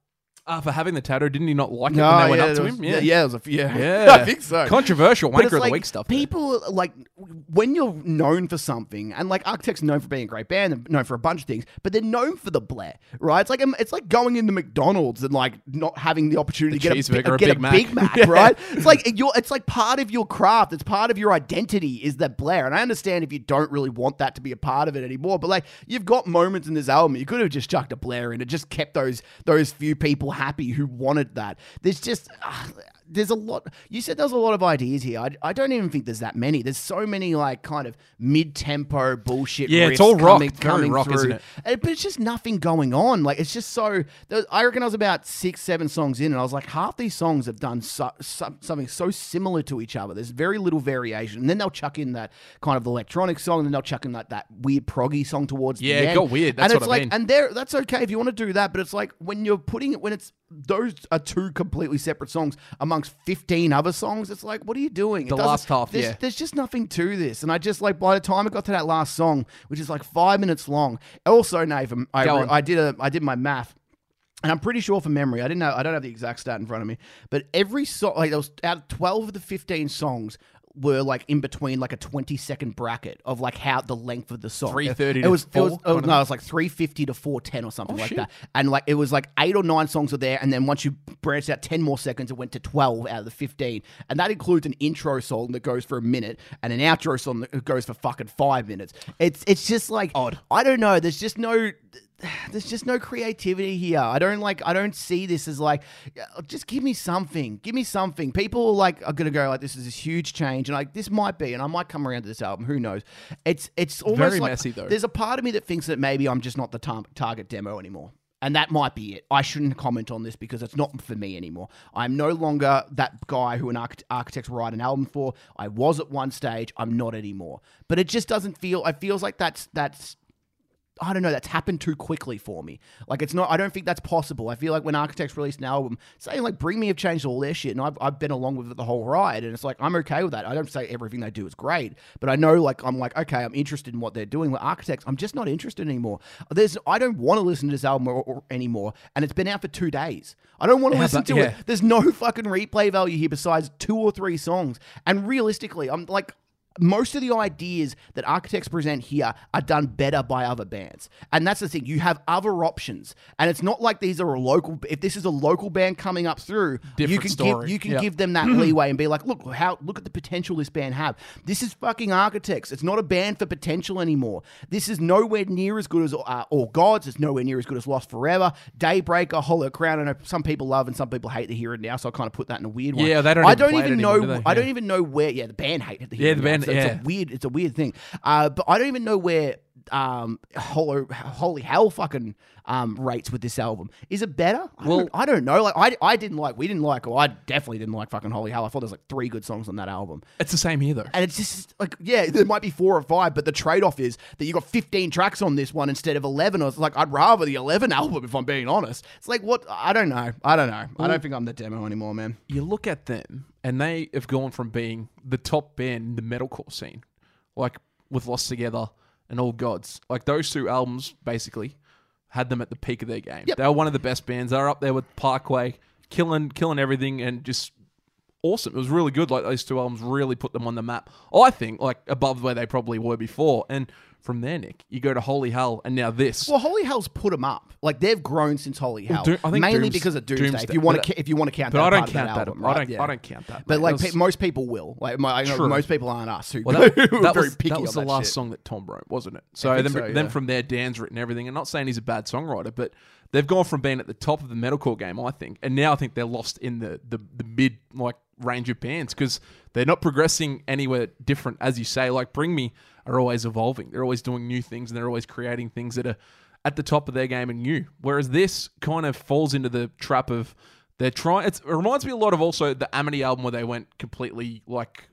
S2: Uh, for having the tattoo, didn't he not like it when they went up to him? Yeah.
S1: yeah, it was a few, (laughs) yeah,
S2: Yeah.
S1: I think so.
S2: Controversial
S1: But
S2: wanker
S1: it's
S2: of the
S1: like
S2: week stuff. there.
S1: people like when you're known for something, and like Architects are known for being a great band, and known for a bunch of things, but they're known for the Blair, right? It's like um, it's like going into McDonald's and like not having the opportunity to get a,
S2: cheeseburger
S1: bi-
S2: or
S1: get
S2: Big
S1: a
S2: Mac.
S1: Big Mac,
S2: (laughs) Yeah.
S1: right? It's like you're, it's like part of your craft, it's part of your identity is that Blair, and I understand if you don't really want that to be a part of it anymore, but like you've got moments in this album, you could have just chucked a Blair in, it just kept those those few people happy who wanted that. There's just. ah, there's a lot you said there's a lot of ideas here I, I don't even think there's that many there's so many like kind of mid-tempo bullshit
S2: Yeah, it's
S1: riffs
S2: all rock.
S1: coming,
S2: Very
S1: coming
S2: rock,
S1: through
S2: isn't it?
S1: And- but it's just nothing going on like it's just so there- i reckon i was about six seven songs in and i was like half these songs have done so, so, something so similar to each other there's very little variation and then they'll chuck in that kind of electronic song and then they'll chuck in like that weird proggy song towards
S2: Yeah,
S1: the
S2: it
S1: end.
S2: got weird. That's
S1: and
S2: what
S1: it's
S2: I
S1: like
S2: mean.
S1: and there that's okay if you want to do that but it's like when you're putting it when it's those are two completely separate songs amongst 15 other songs it's like what are you doing It
S2: The
S1: doesn't-
S2: last half,
S1: there's,
S2: yeah.
S1: there's just nothing to this and i just like by the time it got to that last song which is like five minutes long also nathan i,
S2: Go
S1: re-
S2: on.
S1: I did a i did my math and I'm pretty sure from memory, I didn't know, I don't have the exact stat in front of me, but every song, like there was out of 12 of the 15 songs were like in between like a 20 second bracket of like how the length of the song.
S2: 330
S1: it,
S2: to
S1: was, it was,
S2: four,
S1: it was-
S2: kind of
S1: Oh, no, it was like 350 to 410 or something like
S2: Oh, shit.
S1: that. And like it was like eight or nine songs were there. And then once you branched out 10 more seconds, it went to 12 out of the 15. And that includes an intro song that goes for a minute and an outro song that goes for fucking five minutes. It's, it's just like, odd. I don't know. There's just no, there's just no creativity here. I don't like. I don't see this as like, yeah, just give me something. Give me something. People like are gonna go like, this is this huge change, and like this might be, and I might come around to this album. Who knows? It's it's almost
S2: Very
S1: like-
S2: messy, though.
S1: There's a part of me that thinks that maybe I'm just not the tar- target demo anymore. And that might be it. I shouldn't comment on this because it's not for me anymore. I'm no longer that guy who an arch- architects write an album for. I was at one stage. I'm not anymore. But it just doesn't feel. It feels like that's that's I don't know, that's happened too quickly for me. Like it's not I don't think that's possible. I feel like when Architects released an album saying like Bring Me have changed all their shit and I've, I've been along with it the whole ride and it's like I'm okay with that. I don't say everything they do is great, but I know like I'm like okay, I'm interested in what they're doing with Architects. I'm just not interested anymore. There's I don't want to listen to this album or, or anymore and it's been out for 2 days. I don't want to listen
S2: but-
S1: to
S2: yeah.
S1: it. There's no (laughs) fucking replay value here besides two or three songs. And realistically, I'm like, most of the ideas that architects present here are done better by other bands. And that's the thing. You have other options. And it's not like these are a local if this is a local band coming up through, you
S2: Different
S1: can give
S2: story.
S1: you can
S2: Yeah. Mm-hmm.
S1: give them that leeway and be like, look how look at the potential this band have. This is fucking architects. It's not a band for potential anymore. This is nowhere near as good as uh, All Gods. It's nowhere near as good as Lost Forever, Daybreaker, Hollow Crown. I know some people love and some people hate the Here and Now, so I kind of put that in a weird one.
S2: Yeah, they don't
S1: I
S2: even
S1: don't
S2: play it
S1: even know.
S2: anymore, do they?
S1: I
S2: Yeah.
S1: don't even know where. Yeah, the band hated the Here
S2: Yeah,
S1: and
S2: the
S1: Now,
S2: band-
S1: so it's a
S2: yeah.
S1: weird. It's a weird thing. Uh, but I don't even know where um hollow holy hell fucking um rates with this album is it better I,
S2: Well-
S1: don't, I don't know like I, I didn't like we didn't like or i definitely didn't like fucking holy hell i thought there's like three good songs on that album
S2: It's the same here, though.
S1: and it's just like yeah there might be four or five but the trade-off is that you got 15 tracks on this one instead of 11 or it's like i'd rather the 11 (laughs) album if i'm being honest it's like what i don't know i don't know i don't think i'm the demo anymore man
S2: you look at them and they have gone from being the top band in the metalcore scene, like with Lost Together and All Gods. Like those two albums basically had them at the peak of their game. They were one of the best bands. They were up there with Parkway, killing killing everything and just awesome. It was really good. Like those two albums really put them on the map. I think, like above where they probably were before. And from there, Nick, you go to Holy Hell and now this.
S1: Well, Holy Hell's put them up. Like they've grown since Holy Hell,
S2: Doom- I think
S1: mainly
S2: Dooms-
S1: because of Doomsday.
S2: Doomsday,
S1: If you want
S2: but-
S1: to, if you want to count,
S2: but
S1: that
S2: I don't
S1: part of that
S2: count that.
S1: album,
S2: I
S1: right?
S2: don't.
S1: Yeah.
S2: I don't count that.
S1: But
S2: mate.
S1: like
S2: That was-
S1: pe- most people will. Like my, I know
S2: True.
S1: most people aren't us who, (laughs)
S2: Well, that,
S1: who are
S2: that
S1: very
S2: was,
S1: picky
S2: that was
S1: on
S2: the
S1: that
S2: last
S1: shit.
S2: song that Tom wrote, wasn't it? So then,
S1: so,
S2: then
S1: yeah.
S2: from there, Dan's written everything. And not saying he's a bad songwriter, but they've gone from being at the top of the metalcore game, I think, and now I think they're lost in the the, the mid like range of bands because they're not progressing anywhere different, as you say. Like Bring Me are always evolving. They're always doing new things and they're always creating things that are at the top of their game and new. Whereas this kind of falls into the trap of they're trying. It's, it reminds me a lot of also the Amity album where they went completely like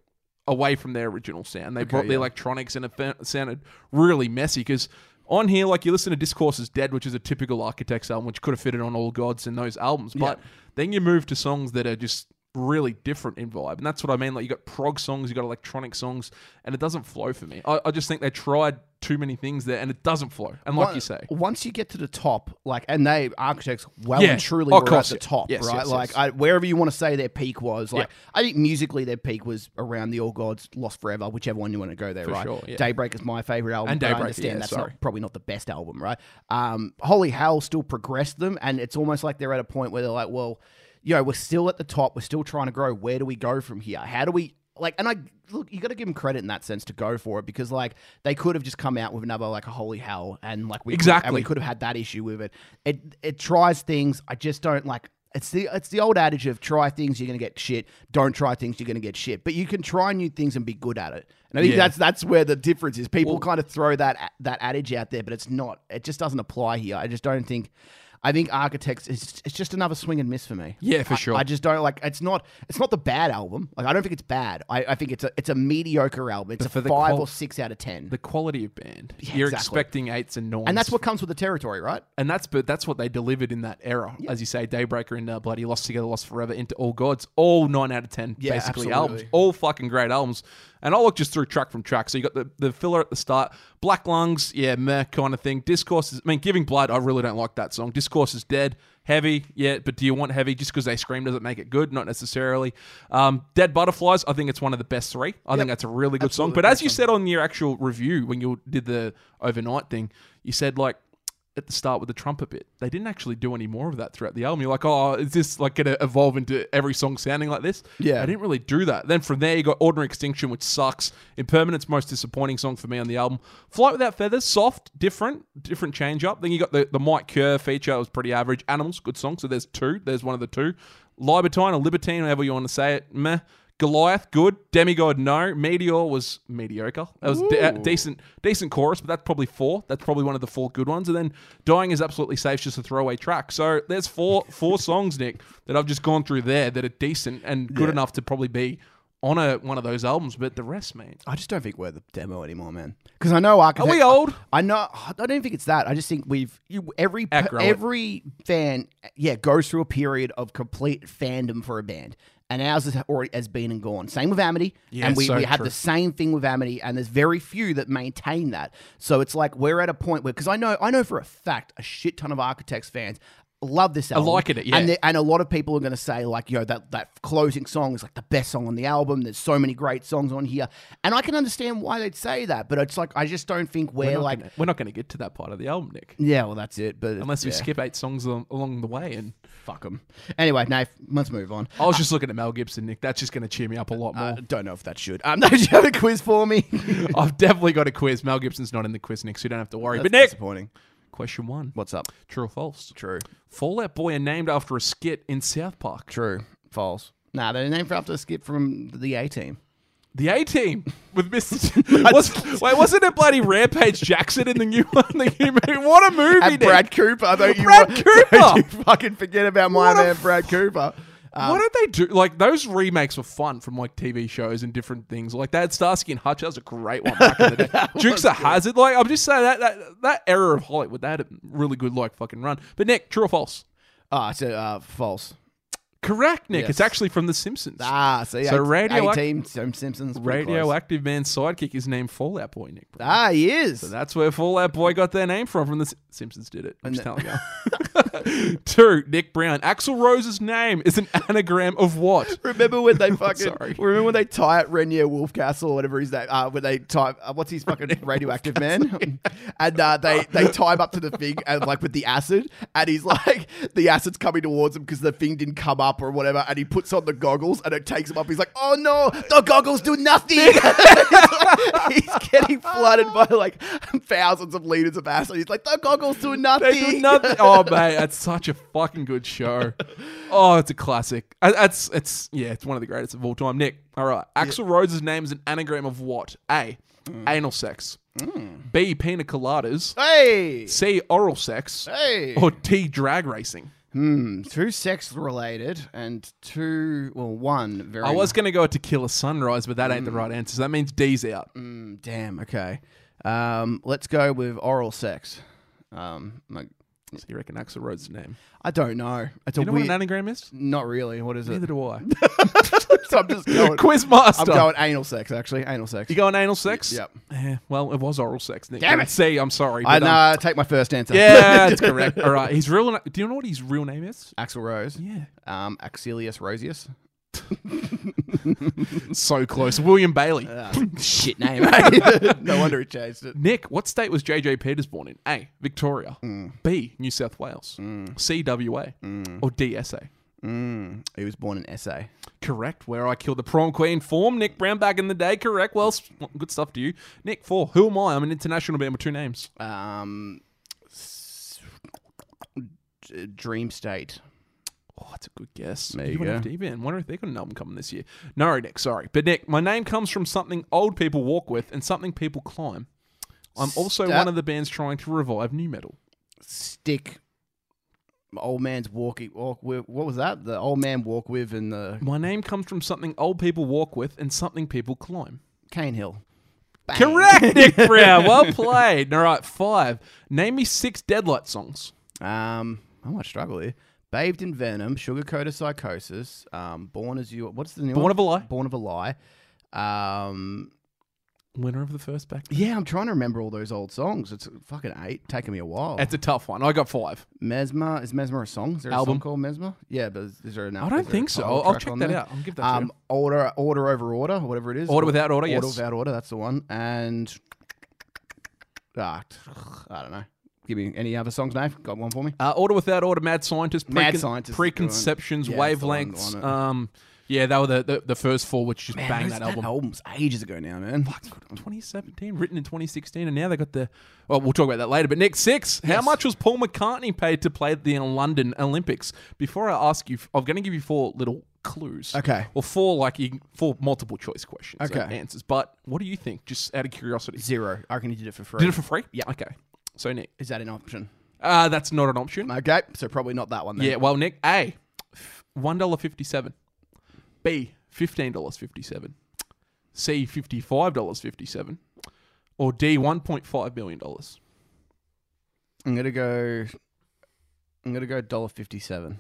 S2: away from their original sound. They brought the electronics and it fa- sounded really messy because on here, like you listen to Discourse is Dead, which is a typical Architects album, which could have fitted on All Gods and those albums. But then you move to songs that are just really different in vibe. And that's what I mean. Like you got prog songs, you got electronic songs, and it doesn't flow for me. I, I just think they tried too many things there and it doesn't flow. And like
S1: One-
S2: you say,
S1: Once you get to the top, like, and they architects well
S2: Yeah.
S1: and truly
S2: Oh,
S1: were
S2: course,
S1: at
S2: yeah.
S1: the top,
S2: Yes,
S1: right?
S2: yes,
S1: like,
S2: yes.
S1: I, wherever you want to say their peak was, like, I think musically their peak was around the All Gods, Lost Forever, whichever one you want to go there, right?
S2: sure, yeah.
S1: Daybreak is my favorite album,
S2: And
S1: but I
S2: Daybreak,
S1: understand
S2: yeah,
S1: that's
S2: sorry.
S1: not probably not the best album, right? Um, Holy Hell still progressed them, and it's almost like they're at a point where they're like, well, you know, we're still at the top, we're still trying to grow. Where do we go from here? How do we like? And I look, you got to give them credit in that sense to go for it because like they could have just come out with another like a Holy Hell, and like we could- and we
S2: Exactly.
S1: could have had that issue with it. It it tries things. I just don't like. It's the it's the old adage of try things you're gonna get shit. Don't try things you're gonna get shit. But you can try new things and be good at it. And I think
S2: Yeah.
S1: that's that's where the difference is. People kind of throw that that adage out there, but it's not. It just doesn't apply here. I just don't think. I think Architects is it's just another swing and miss for me.
S2: Yeah, for
S1: I-
S2: sure.
S1: I just don't like. It's not. It's not the bad album. Like I don't think it's bad. I, I think it's a it's a mediocre album. It's a
S2: for the
S1: five
S2: qual-
S1: or six out of ten.
S2: the quality of band, you're
S1: exactly.
S2: expecting eights and nines.
S1: and that's what comes with the territory, right?
S2: and that's but that's what they delivered in that era, as you say, Daybreaker and uh, bloody Lost Together, Lost Forever, into All Gods, all nine out of ten,
S1: Yeah,
S2: basically
S1: absolutely.
S2: albums, all fucking great albums. And I'll look just through track from track. So you got the, the filler at the start, Black Lungs, yeah, meh kind of thing. Discourse is, I mean, Giving Blood, I really don't like that song. Discourse is dead, heavy, yeah, but do you want heavy just because they scream doesn't make it good? Not necessarily. Um, dead Butterflies, I think it's one of the best three. I think that's a really good song. But as you said on your actual review when you did the overnight thing, you said like at the start with the trumpet bit. They didn't actually do any more of that throughout the album. You're like, oh, is this like going to evolve into every song sounding like this?
S1: Yeah.
S2: They didn't really do that. Then from there, you got Ordinary Extinction, which sucks. Impermanence, most disappointing song for me on the album. Flight Without Feathers, soft, different, different change up. Then you got the, the Mike Kerr feature, it was pretty average. Animals, good song. So there's two. There's one of the two. Libertine or Libertine, however you want to say it. Meh. Goliath, good. Demigod, no. Meteor was mediocre. That was de- uh, decent, decent chorus, but that's probably four. That's probably one of the four good ones. And then Dying is absolutely safe, just a throwaway track. So
S1: (laughs)
S2: there's four four songs, Nick, that I've just gone through there that are decent and good enough to probably be on a, one of those albums, but the rest, mate.
S1: I just don't think we're the demo anymore, man. Because I know
S2: Are
S1: Architect.
S2: we old?
S1: I know. I don't think it's that. I just think we've you, every pe-
S2: Outgrow it.
S1: every fan, yeah, goes through a period of complete fandom for a band, and ours has already has been and gone. Same with Amity,
S2: Yeah,
S1: and we,
S2: so
S1: we have
S2: true.
S1: the same thing with Amity, and there's very few that maintain that. So it's like we're at a point where because I know I know for a fact a shit ton of Architects fans. Love this album.
S2: like it, yeah.
S1: And, they- and a lot of people are going to say like, yo, that that closing song is like the best song on the album. There's so many great songs on here, and I can understand why they'd say that. But it's like I just don't think we're,
S2: We're not
S1: like
S2: gonna- we're not going to get to that part of the album, Nick.
S1: yeah, well, that's it. But
S2: Unless we
S1: yeah,
S2: skip eight songs al- along the way. And
S1: fuck them. Anyway, no, let's move on.
S2: I was just looking at Mel Gibson, Nick. That's just going to cheer me up a lot more.
S1: I don't know if that should. Um, (laughs) no, do you have a quiz for
S2: (laughs)
S1: me?
S2: I've definitely got a quiz. Mel Gibson's not in the quiz, Nick, so you don't have to worry.
S1: That's
S2: but Nick,
S1: disappointing.
S2: question one:
S1: What's up?
S2: True or false?
S1: True,
S2: Fallout Boy are named after a skit in South Park.
S1: true, false. Nah, they're named for after a skip from the A team.
S2: The A Team
S1: (laughs)
S2: with (laughs) Mr. was, wait, wasn't it bloody Rampage Jackson in the new (laughs) one? The new movie? What a movie!
S1: And
S2: Nick.
S1: Brad Cooper. Don't you, (laughs)
S2: Brad
S1: wa-
S2: Cooper!
S1: Don't you fucking forget about my
S2: What a
S1: man Brad Cooper. Um,
S2: what did they do? Like those remakes were fun from like TV shows and different things. Like they had Starsky and Hutch. That was a great one back in the
S1: (laughs)
S2: day. Dukes of Hazard. Like I'm just saying that that that era of Hollywood, they had a really good like fucking run. But Nick, true or false?
S1: Ah, so uh, false.
S2: Correct, Nick. It's
S1: Yes.
S2: actually from The Simpsons.
S1: Ah, so yeah.
S2: So radioact-
S1: A team. Some Simpsons. pretty close.
S2: Radioactive Man's sidekick is named Fallout Boy, Nick. bro.
S1: Ah, he is.
S2: That's where Fallout Boy got their name from. From The Sim- Simpsons did it. I'm just
S1: (laughs)
S2: telling you. (laughs) Two, Nick Brown. Axel Rose's name is an anagram
S1: (laughs)
S2: of what?
S1: Remember when they fucking
S2: Sorry.
S1: remember when they tie at Renier Wolfcastle or whatever his name uh, when they tie uh, what's his fucking radioactive man (laughs) and uh, they they tie him up to the thing and like with the acid and he's like the acid's coming towards him because the thing didn't come up or whatever and he puts on the goggles and it takes him up he's like oh no the goggles do nothing (laughs) he's, like- he's getting flooded by like thousands of liters of acid he's like the goggles do nothing
S2: They do
S1: (laughs)
S2: nothing. Oh mate, that's such a fucking good show. Oh, it's a classic. Uh, That's it's yeah, it's one of the greatest of all time. Nick. All right, Axel Rose's name is an anagram of what? A. Anal sex. B. Pina
S1: Mm.
S2: coladas.
S1: hey
S2: C. Oral sex.
S1: hey
S2: Or D. Drag racing.
S1: Hmm, two sex related and two, well, one very.
S2: I was gonna go to Kill a Sunrise, but that ain't the right answer. So that means D's out.
S1: Mm, damn. Okay. Um, let's go with oral sex. Um, like,
S2: So you reckon Axel Rose's name?
S1: I don't know. It's
S2: You
S1: a
S2: know
S1: weird.
S2: what an anagram is?
S1: not really. What is
S2: Neither
S1: it?
S2: (laughs) do I.
S1: (laughs) so I'm just
S2: (laughs)
S1: going.
S2: Quiz
S1: I'm
S2: master.
S1: going anal sex. Actually, anal sex.
S2: you going anal sex?
S1: Yep.
S2: Eh, well, it was oral sex. Nick.
S1: Damn it.
S2: C. I'm sorry.
S1: I
S2: but, um,
S1: nah, take my first answer. (laughs)
S2: (laughs) Yeah, that's correct. All right. His real. na- Do you know what his real name is?
S1: Axel Rose.
S2: Yeah.
S1: Um, Axelius Rosius. (laughs)
S2: (laughs) So close. William Bailey.
S1: Uh,
S2: (laughs)
S1: Shit name. mate. no wonder he changed it.
S2: Nick, what state was J.J. Peters born in? A. Victoria.
S1: Mm.
S2: B. New South Wales. C. W.A. Or D. S. A.
S1: Mm, he was born in SA.
S2: Correct. Where I killed the prom queen. Form Nick Brown back in the day. Correct. Well, s- well, good stuff to you, Nick. Four. Who am I? I'm an international band with two names.
S1: Um, s- d- dream state.
S2: Oh, that's a good guess.
S1: There
S2: you
S1: you
S2: went
S1: go.
S2: FD band. Wonder if they got an album coming this year. No, Nick. Sorry, but Nick, my name comes from something old people walk with and something people climb. I'm also
S1: Step.
S2: one of the bands trying to revive new metal.
S1: stick old man's walking walk with what was that the old man walk with and the
S2: My name comes from something old people walk with and something people climb.
S1: cane hill Bang. (laughs)
S2: Correct, Nick Brown. Well played. All right, five. Name me six Deadlight songs.
S1: um i might struggle here bathed in venom sugar coated psychosis um born as you what's the new
S2: Born
S1: one?
S2: of a Lie.
S1: born of a lie um
S2: Winner of the first back.
S1: yeah i'm trying to remember all those old songs it's fucking eight taking me a while
S2: That's a tough one. I got five.
S1: mesmer is mesmer a song is there a
S2: Album.
S1: song called mesmer yeah but is, is there an
S2: I don't think so. I'll, I'll check that out. I'll give that to
S1: um
S2: you.
S1: order order over order whatever it is
S2: Order without
S1: Order
S2: order. Yes.
S1: without order, that's the one. And ah, I don't know. Give me any other songs, Dave? Got one for me?
S2: Uh, Order Without Order, Mad Scientist,
S1: Mad Scientist is the
S2: Preconceptions,
S1: one. Yeah, that's the one,
S2: Wavelengths.
S1: the one that-
S2: um, yeah, they were the, the, the first four, which just banged
S1: those-
S2: that album.
S1: album's ages ago now, man.
S2: 2017, written in 2016, and now they got the. Well, we'll talk about that later. But Nick six, how much was Paul McCartney paid to play at the London Olympics? Before I ask you, I'm going to give you four little clues.
S1: Okay.
S2: Or four like you, four multiple choice questions. and
S1: Okay.
S2: answers. But what do you think? Just out of curiosity,
S1: Zero. I reckon you did it for free.
S2: did it for free?
S1: Yeah.
S2: Okay. So Nick,
S1: Is that an option?
S2: uh, that's not an option.
S1: Okay, so probably not that one then.
S2: Yeah, well, Nick, A, one dollar fifty-seven. B, fifteen dollars fifty seven. C, fifty five dollars fifty seven. Or D, one point five million dollars.
S1: I'm gonna go. I'm gonna go dollar fifty-seven.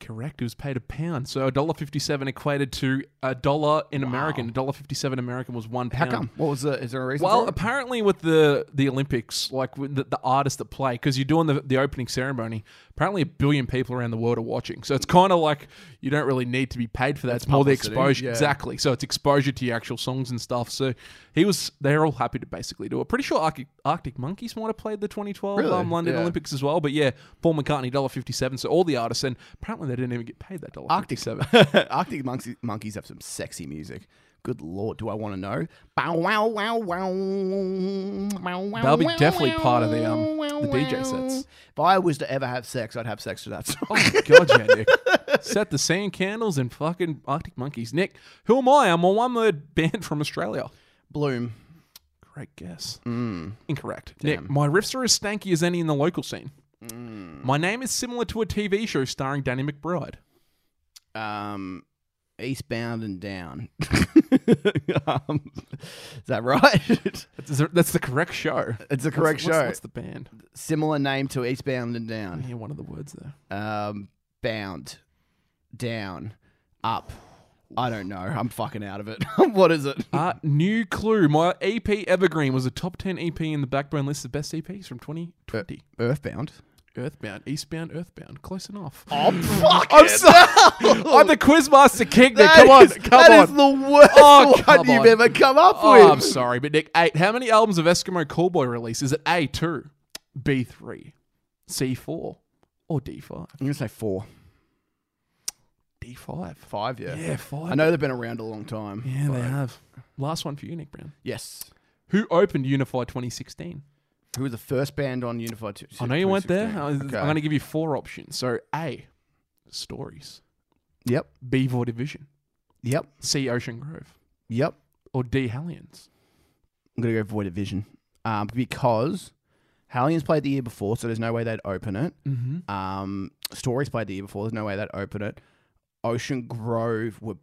S2: Correct. It was paid a pound, so a dollar fifty-seven equated to a dollar in American. A dollar fifty-seven American was one
S1: How
S2: pound.
S1: come? What was the? Is there a reason?
S2: Um, Well,
S1: for it?
S2: apparently with the the Olympics, like with the, the artists that play, because you're doing the, the opening ceremony, apparently a billion people around the world are watching. So it's kind of like you don't really need to be paid for that. It's more the
S1: publicity,
S2: exposure,
S1: yeah.
S2: exactly. So it's exposure to your actual songs and stuff. So he was, they're all happy to basically do it. Pretty sure Arctic, Arctic Monkeys might have played the 2012
S1: Really?
S2: um, London
S1: Yeah.
S2: Olympics as well. But yeah, Paul McCartney, dollar fifty-seven. So all the artists, and apparently they didn't even get paid that dollar.
S1: Arctic
S2: seven.
S1: (laughs) Arctic monkeys, monkeys have some sexy music. Good lord, do I want to know? Bow wow wow wow. That'll
S2: That'll be definitely part of the, um, the DJ sets.
S1: If I was to ever have sex, I'd have sex to that song. (laughs)
S2: Oh my god, yeah, Nick. Set the sand candles and fucking Arctic monkeys. Nick, who am I? I'm a one word band from Australia.
S1: Bloom.
S2: Great guess.
S1: Mm.
S2: Incorrect. Nick, my riffs are as stanky as any in the local scene.
S1: Mm.
S2: My name is similar to a TV show starring Danny McBride.
S1: Um, eastbound and down. (laughs) um, is that right? (laughs)
S2: That's, that's the correct show.
S1: it's the correct
S2: What's-
S1: show.
S2: What's, what's the band?
S1: Similar name to eastbound and
S2: I
S1: down.
S2: hear one of the words there.
S1: Um, bound, down, up. I don't know. I'm fucking out of it. (laughs) what is it?
S2: Uh, new clue. My EP Evergreen was a top 10 EP in the Backbone list of best EPs from
S1: Uh,
S2: 2020.
S1: Earthbound.
S2: Earthbound, Eastbound, Earthbound. Close enough.
S1: Oh (laughs) fuck!
S2: I'm sorry. (laughs) I'm the quizmaster king. Nick. Come on, come on.
S1: the worst
S2: Oh,
S1: one
S2: come
S1: you've
S2: on.
S1: ever come up
S2: oh, I'm
S1: with.
S2: sorry, but Nick, eight. How many albums of Eskimo Callboy release? Is it A two, B three, C four, or D five?
S1: I'm gonna say four,
S2: D five.
S1: five. Yeah.
S2: Yeah, five.
S1: I know they've been around a long time.
S2: Yeah, they have. Last one for you, Nick Brown.
S1: Yes.
S2: Who opened Unify 2016?
S1: Who was the first band on Unified? Two,
S2: I know you weren't there.
S1: 2016?
S2: I was-
S1: Okay.
S2: I'm going to give you four options. So A, Stories.
S1: Yep.
S2: B, Void Division.
S1: Yep.
S2: C, Ocean Grove.
S1: Yep.
S2: Or D, Hellions.
S1: I'm gonna go Void of Vision, um, because Hallions played the year before, so there's no way they'd open it.
S2: Mm-hmm.
S1: Um, Stories played the year before. There's no way that open it. Ocean Grove were.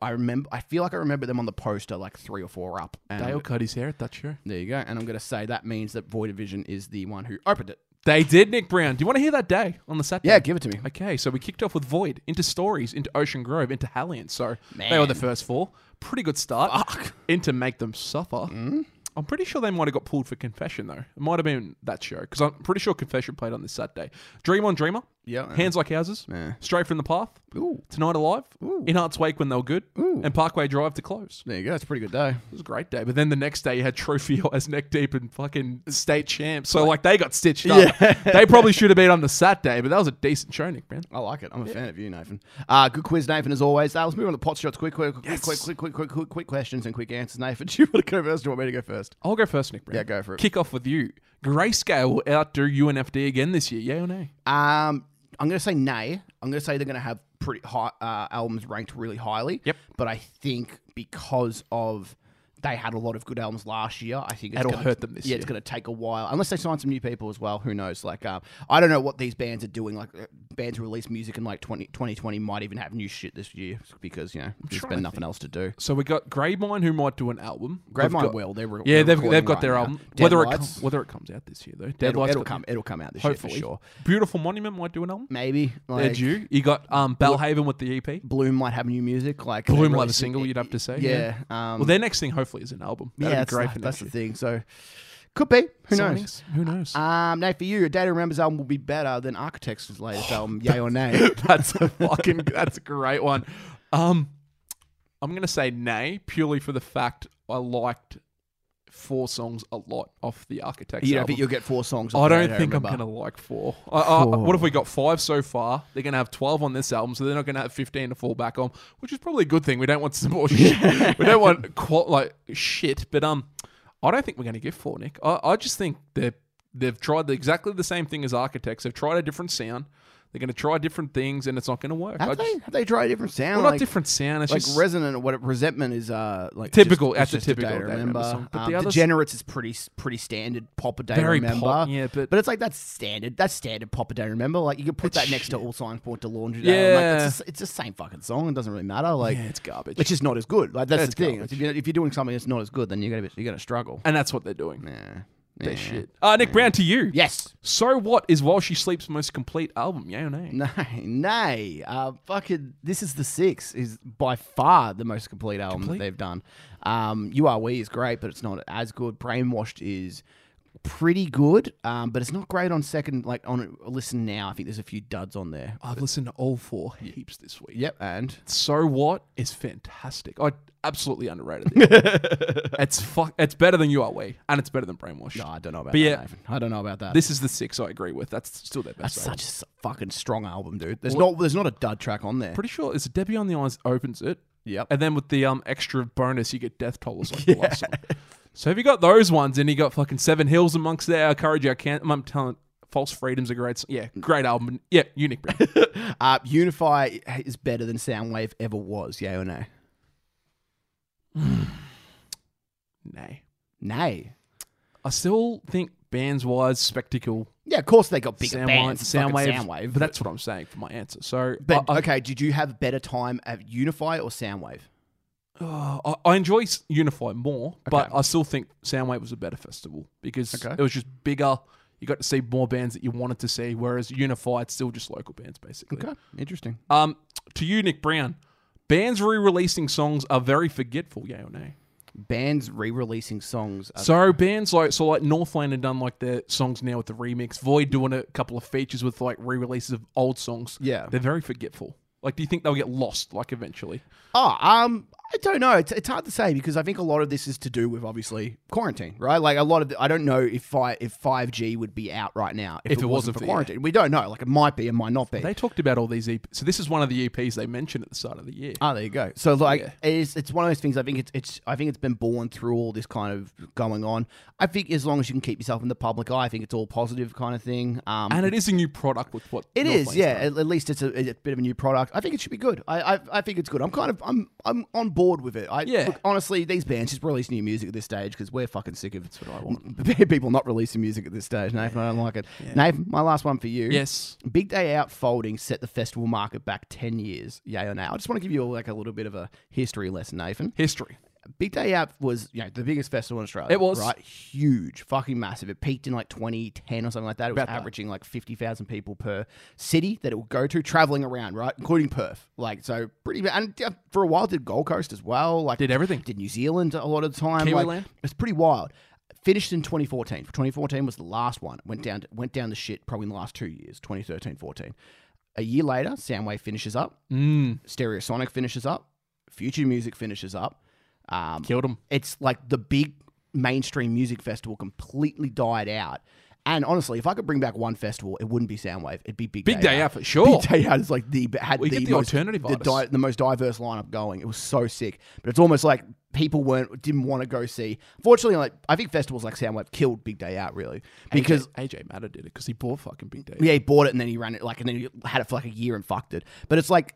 S1: I remember. I feel like I remember them on the poster, like three or four up. And
S2: Dale cut his hair at that show.
S1: there you go. And I'm gonna say that means that Void of Vision is the one who opened it.
S2: They did, Nick Brown. Do you want to hear that day on the Saturday?
S1: Yeah, give it to me.
S2: Okay, so we kicked off with Void, into Stories, into Ocean Grove, into Hallions. So they were the
S1: Man.
S2: first four. Pretty good start. Into Make Them Suffer.
S1: Mm.
S2: I'm pretty sure they might have got pulled for Confession, though. It might have been that show, because I'm pretty sure Confession played on this Saturday. Dream on Dreamer.
S1: Yeah. uh-huh.
S2: Hands Like Houses.
S1: Yeah.
S2: Straight from the Path.
S1: Ooh.
S2: Tonight Alive.
S1: Ooh.
S2: In Hearts Wake when they were good.
S1: Ooh.
S2: And Parkway Drive to close.
S1: There you go. It's a pretty good day.
S2: It was a great day. But then the next day you had Trophy (laughs) as neck deep and fucking state champs. So like they got stitched up. (laughs) they probably should have been on the Saturday, but that was a decent show, Nick, man.
S1: I like it. I'm a fan of you, Nathan. Uh, good quiz, Nathan, as always. Uh, let's move on to pot shots. Quick, quick, quick,
S2: Yes.
S1: quick, quick, quick, quick, quick, quick questions and quick answers. Nathan, (laughs) do you want to go first? Or do you want me to go first?
S2: I'll go first, Nick. Brown.
S1: Yeah, go for it.
S2: Kick off with you. Grayscale will outdo UNFD again this year. Yeah or nay?
S1: Um, I'm going to say nay. I'm going to say they're going to have pretty high uh, albums ranked really highly.
S2: Yep.
S1: But I think because of they had a lot of good albums last year, I think it's
S2: That'll
S1: gonna,
S2: hurt them this
S1: yeah,
S2: year.
S1: it's going to take a while unless they sign some new people as well. Who knows? Like, uh, I don't know what these bands are doing. Like, uh, bands who release music in like 20, 2020 might even have new shit this year because you know there's
S2: trying
S1: been
S2: to
S1: nothing else to do.
S2: So we got Greymine who might do an album. We've
S1: Grabmine
S2: got-
S1: will. They're re-
S2: Yeah,
S1: they're
S2: they've,
S1: recording
S2: they've got
S1: right
S2: their
S1: now.
S2: album.
S1: Dead
S2: whether it
S1: Lights,
S2: com- whether it comes out this year though,
S1: it'll,
S2: Deadlight's
S1: it'll
S2: got-
S1: come. It'll come out this
S2: Hopefully,
S1: year for sure.
S2: Beautiful Monument might do an album.
S1: Maybe
S2: They're
S1: like
S2: due. You got um, Belhaven with the EP.
S1: Bloom might have new music. Like
S2: Bloom
S1: they
S2: will have a
S1: released-
S2: single, you'd have to say,
S1: Yeah. Um,
S2: Well, their next thing hopefully is an album. That'd
S1: yeah,
S2: be
S1: that's,
S2: great
S1: the-
S2: for
S1: that's
S2: next
S1: the
S2: year.
S1: thing. So could be. Who knows?
S2: Signings? Who knows?
S1: Um, Nate, for you, Data Remembers album will be better than Architects' latest
S2: (laughs)
S1: album, yay or nay?
S2: Oh, That's a fucking that's a great one. Um I'm gonna say nay, purely for the fact I liked four songs a lot off the Architects
S1: You don't
S2: album.
S1: think you'll get four songs?
S2: I
S1: off
S2: don't
S1: Data
S2: think I'm
S1: Remember?
S2: gonna like four. I, I, what if we got five so far? They're gonna have twelve on this album, so they're not gonna have fifteen to fall back on, which is probably a good thing. We don't want some more. shit. we don't want qual- like shit. But um, I don't think we're gonna get four, Nick. I, I just think they they've tried the, exactly the same thing as Architects. They've tried a different sound. They're going to try different things, and it's not going to work. I
S1: Have
S2: just-
S1: they? Have they tried a different sound?
S2: well, not
S1: like,
S2: different sound. It's
S1: Like
S2: just
S1: resonant, or what resentment is uh like
S2: Typical,
S1: Just, it's
S2: that's a
S1: just a
S2: typical
S1: day to
S2: Data Remember
S1: remember.
S2: song. But
S1: um,
S2: the others-
S1: Degenerates is pretty s- pretty standard pop a day to
S2: Very
S1: remember.
S2: pop, yeah, but-
S1: it's like that's standard. That's standard pop a day to remember. Like you could put
S2: It's
S1: that next to All Signs Point to Laundry. Day, and, like,
S2: Yeah.
S1: it's, just, it's the same fucking song. It doesn't really matter. Like
S2: yeah, it's garbage.
S1: it's just not as good. Like that's
S2: It's
S1: the thing.
S2: garbage.
S1: If you're, if you're doing something that's not as good, then you're gonna be, you're gonna struggle.
S2: and that's what they're doing.
S1: Yeah,
S2: They're
S1: yeah.
S2: shit. Uh, Nick Brown to you.
S1: Yes.
S2: So what is While She Sleeps' most complete album? Yeah or nay?
S1: (laughs) Nay, nay. Uh, fucking, this is the six is by far the most complete album
S2: Complete?
S1: that they've done. Um, you are we is great, but it's not as good. Brainwashed is pretty good, um, but it's not great on second. Like on listen now, I think there's a few duds on there.
S2: I've listened to all four heaps this week.
S1: Yep, and
S2: So what is fantastic. I absolutely underrated it.
S1: (laughs)
S2: it's fuck. It's better than You Are We, and it's better than Brainwash.
S1: no, I don't know about that.
S2: But yeah.
S1: Nathan. I don't know about that.
S2: This is the six I agree with. That's still their best.
S1: That's
S2: album.
S1: such a s- fucking strong album, dude. There's not there's not a dud track on there.
S2: Pretty sure it's Debbie on the Eyes opens it,
S1: Yep.
S2: and then with the um extra bonus you get Death Toll is like the last song. So have you got those ones? And you got fucking Seven Hills amongst there. Courage I can't. I'm telling. False Freedom's a great. song. Yeah, great album. Yeah, unique. Brand.
S1: (laughs) Uh, Unify is better than Soundwave ever was. Yeah or no?
S2: Nay.
S1: Nay.
S2: I still think bands wise spectacle
S1: Yeah, of course they got bigger
S2: sound
S1: bands. It's fucking
S2: soundwave,
S1: Soundwave.
S2: But that's what I'm saying for my answer. So
S1: But
S2: I, I,
S1: okay, did you have better time at Unify or Soundwave?
S2: uh, I- I enjoy S- Unify more, but
S1: Okay.
S2: I still think Soundwave was a better festival because
S1: Okay.
S2: it was just bigger. You got to see more bands that you wanted to see, whereas Unify it's still just local bands basically.
S1: interesting.
S2: Um, to you, Nick Brown, bands re-releasing songs are very forgetful. Yeah or nay?
S1: Bands re-releasing songs. Uh, Are,
S2: So bands like so like Northlane have done like their songs now with the remix. Void doing a couple of features with like re-releases of old songs.
S1: Yeah.
S2: they're very forgetful. Like, do you think they'll get lost like eventually?
S1: oh, um, I don't know. It's, it's hard to say because I think a lot of this is to do with obviously quarantine, right? Like a lot of the, I don't know if fi- if five G would be out right now if, it, wasn't, for
S2: yeah.
S1: quarantine. We don't know. Like it might be, it might not be.
S2: They talked about all these EPs. So this is one of the EPs they mentioned at the start of the year.
S1: Oh, there you go. So like
S2: Yeah.
S1: it's it's one of those things. I think it's it's I think it's been born through all this kind of going on. I think as long as you can keep yourself in the public eye, I think it's all positive kind of thing. Um,
S2: and it is a new product with what
S1: It
S2: Northlane's
S1: is, yeah.
S2: done.
S1: At, at least it's a, a bit of a new product. I think it should be good. I, I, I think it's good. I'm kind of, I'm, I'm on board with it. I,
S2: Yeah.
S1: look, honestly, these bands just release new music at this stage because we're fucking sick of it's what I (laughs)
S2: Mm.
S1: want. People not releasing music at this stage. Nathan, I don't like it. Nathan, my last one for you.
S2: Yes.
S1: Big Day Out folding set the festival market back ten years. Yay or nay? I just want to give you like a little bit of a history lesson, Nathan.
S2: History.
S1: Big Day Out was you know, the biggest festival in Australia.
S2: It was.
S1: right, huge, fucking massive. It peaked in like 2010 or something like that. It was
S2: About that.
S1: averaging like 50,000 people per city that it would go to, traveling around, right, including Perth. Like so, pretty bad. And yeah, for a while, did Gold Coast as well. Like
S2: Did everything.
S1: Did New Zealand a lot of the time. Like,
S2: Kiwiland?
S1: It's pretty wild. Finished in 2014. 2014 was the last one. Went down. Went down the shit probably in the last two years. 2013, 14. A year later, Soundwave finishes up.
S2: Mm,
S1: Stereosonic finishes up. Future Music finishes up. Um,
S2: killed them.
S1: it's like the big mainstream music festival completely died out. And honestly, if I could bring back one festival, it wouldn't be Soundwave. It'd be Big,
S2: Big
S1: Day,
S2: Day Out for sure.
S1: Big Day Out is like the had
S2: We
S1: the,
S2: get the
S1: most,
S2: alternative
S1: the, di-
S2: artists.
S1: the most diverse lineup going. It was so sick, but it's almost like people weren't didn't want to go see. Fortunately, like I think festivals like Soundwave killed Big Day Out really because
S2: AJ, AJ Matter did it because he bought fucking Big Day.
S1: yeah, he bought it and then he ran it like, and then he had it for like a year and fucked it. But it's like,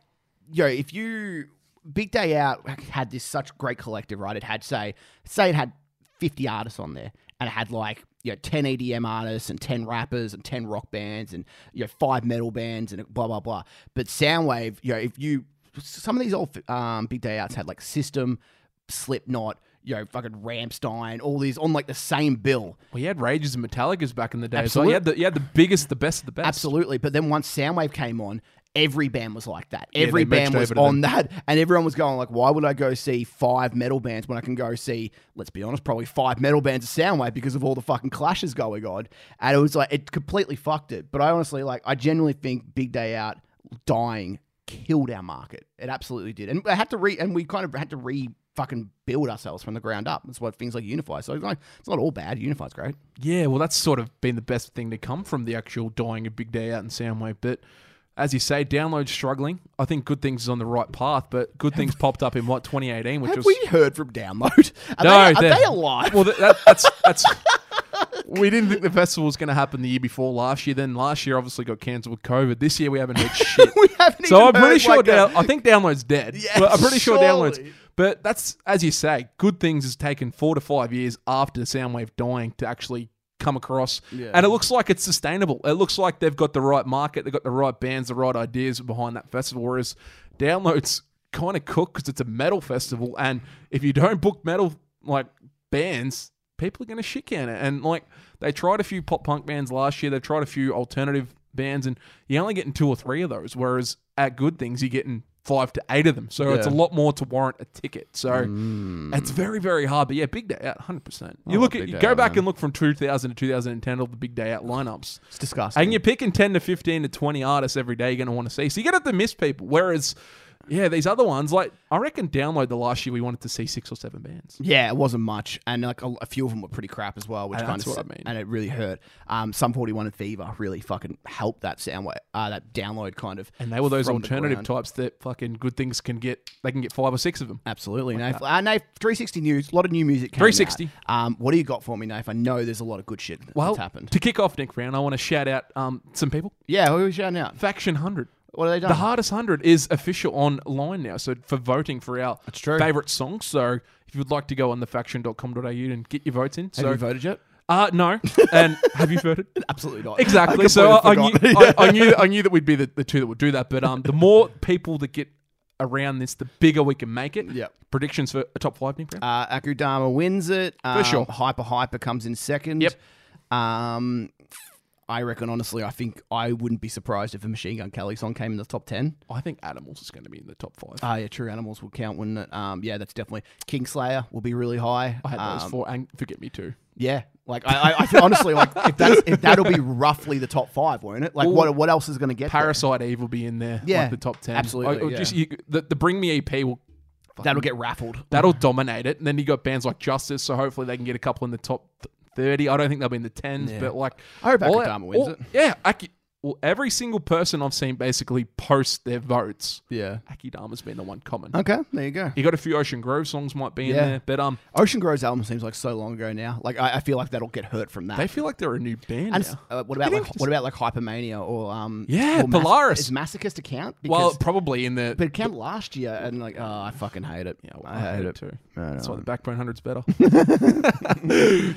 S1: yo, if you Big Day Out had this such great collective, right? It had say, say it had fifty artists on there, and it had like you know ten EDM artists and ten rappers and ten rock bands and you know five metal bands and blah blah blah. But Soundwave, you know, if you some of these old um, Big Day Outs had like System, Slipknot. You know, fucking Ramstein, all these on like the same bill.
S2: Well, he had Rages and Metallicas back in the day. So
S1: Absolute-
S2: he had the he had the biggest, the best of the best.
S1: Absolutely. But then once Soundwave came on, every band was like that. Every
S2: they
S1: band was
S2: merged over to
S1: on that. And everyone was going like, why would I go see five metal bands when I can go see, let's be honest, probably five metal bands of Soundwave because of all the fucking clashes going on. And it was like, it completely fucked it. But I honestly, like, I genuinely think Big Day Out dying killed our market. It absolutely did. And I had to re, and we kind of had to re fucking build ourselves from the ground up. That's what things like Unify. So it's like, it's not all bad. Unify's great.
S2: Yeah, well, that's sort of been the best thing to come from the actual dying a big day out in Soundwave. But as you say, download struggling. I think good things is on the right path, but good things popped up in what 2018, which
S1: Have
S2: was
S1: we heard from Download? Are, they,
S2: no,
S1: are
S2: they're-
S1: they alive? (laughs)
S2: Well, that, that's that's. we didn't think the festival was going to happen the year before last year. Then last year obviously got cancelled with COVID. This year we haven't
S1: (laughs)
S2: heard shit.
S1: we haven't
S2: so
S1: even
S2: I'm pretty
S1: heard,
S2: sure
S1: like, uh, a-
S2: down, I think downloads dead.
S1: Yeah,
S2: but I'm pretty sure
S1: surely.
S2: downloads. But that's as you say, good things has taken four to five years after Soundwave dying to actually come across.
S1: Yeah.
S2: And it looks like it's sustainable. It looks like they've got the right market, they've got the right bands, the right ideas behind that festival. Whereas downloads kind of cook because it's a metal festival, and if you don't book metal like bands. People are going to shit can it, and like they tried a few pop punk bands last year. They've tried a few alternative bands, and you're only getting two or three of those. Whereas at good things, you're getting five to eight of them. So it's a
S1: Yeah. Mm.
S2: lot more to warrant a ticket. So it's very, very hard. But yeah, big day out, hundred percent. You look at
S1: Oh, big
S2: you
S1: day
S2: go
S1: out,
S2: back
S1: man.
S2: and look from two thousand to two thousand and ten all the big day out lineups.
S1: It's disgusting.
S2: And you're picking ten to fifteen to twenty artists every day you're gonna want to see. So you're gonna have to miss people. Whereas yeah, these other ones, like I reckon download the last year we wanted to see six or seven bands.
S1: Yeah, it wasn't much, and like a, a few of them were pretty crap as well, which
S2: And
S1: kind
S2: that's
S1: of
S2: what I mean.
S1: and it really hurt. Um, some forty one and Fever really fucking helped that sound wa- uh, that download kind of.
S2: And they were those
S1: from the
S2: alternative
S1: ground.
S2: types that fucking good things can get they can get five or six of them.
S1: Absolutely, Nath. Uh, Nath, three sixty news, a lot of new music. Came
S2: 360.
S1: out. Um, what do you got for me, Nath? I know there's a lot of good shit that's
S2: Well,
S1: happened.
S2: to kick off Nick Brown, I want to shout out um, some people.
S1: yeah, who are we shouting out?
S2: Faction 100.
S1: What are they
S2: The
S1: done?
S2: hardest hundred is official online now, so for voting for our
S1: true.
S2: favorite songs. So if you'd like to go on thefaction.com.au and get your votes in, so
S1: Have you voted yet?
S2: uh,
S1: (laughs)
S2: no, and have you voted?
S1: Absolutely not. (laughs)
S2: Exactly. so I, I, knew, I, I knew I knew that we'd be the, the two that would do that. But um, the more people that get around this, the bigger we can make it.
S1: Yep.
S2: Predictions for a top five, Nick Brown?
S1: Uh, Akudama wins it. Um,
S2: sure.
S1: Hyper Hyper comes in second.
S2: Yep.
S1: Um, I reckon, honestly, I think I wouldn't be surprised if a Machine Gun Kelly song came in the top 10.
S2: I think Animals is going to be in the top five.
S1: Ah, yeah, True Animals will count, wouldn't it? Um, yeah, that's definitely. Kingslayer will be really high.
S2: I had those
S1: Um,
S2: four, and forget me too.
S1: Yeah. Like, I, I, I feel, honestly, like, if, that's, if that'll be roughly the top five, won't it? Like, what what else is going to get there?
S2: Parasite Eve will be in there.
S1: Yeah,
S2: like the top ten.
S1: absolutely,
S2: Like, or just-
S1: yeah.
S2: you- the, the Bring Me EP will
S1: That'll get raffled.
S2: that'll dominate it. And then you got bands like Justice, so hopefully they can get a couple in the top th- thirty. I don't think they'll be in the tens, but like
S1: I hope
S2: all-
S1: Akadama wins
S2: all-
S1: it.
S2: Yeah, Aki, well, every single person I've seen basically post their votes.
S1: Yeah.
S2: Akidama's been the one common.
S1: Okay, there you go.
S2: you got a few Ocean Grove songs might be in
S1: Yeah.
S2: there, but um,
S1: Ocean Grove's album seems like so long ago now. Like, I, I feel like that'll get hurt from that.
S2: they feel like they're a new band
S1: And
S2: now.
S1: s- uh, what about
S2: think
S1: like, what about like Hypermania or um
S2: Yeah,
S1: or Mas-
S2: Polaris.
S1: is Masochist to count? Because,
S2: well, probably in the
S1: but it counted last year, and like oh, I fucking hate it. Yeah,
S2: I hate it too.
S1: I
S2: That's
S1: know.
S2: why the Backbone 100's better.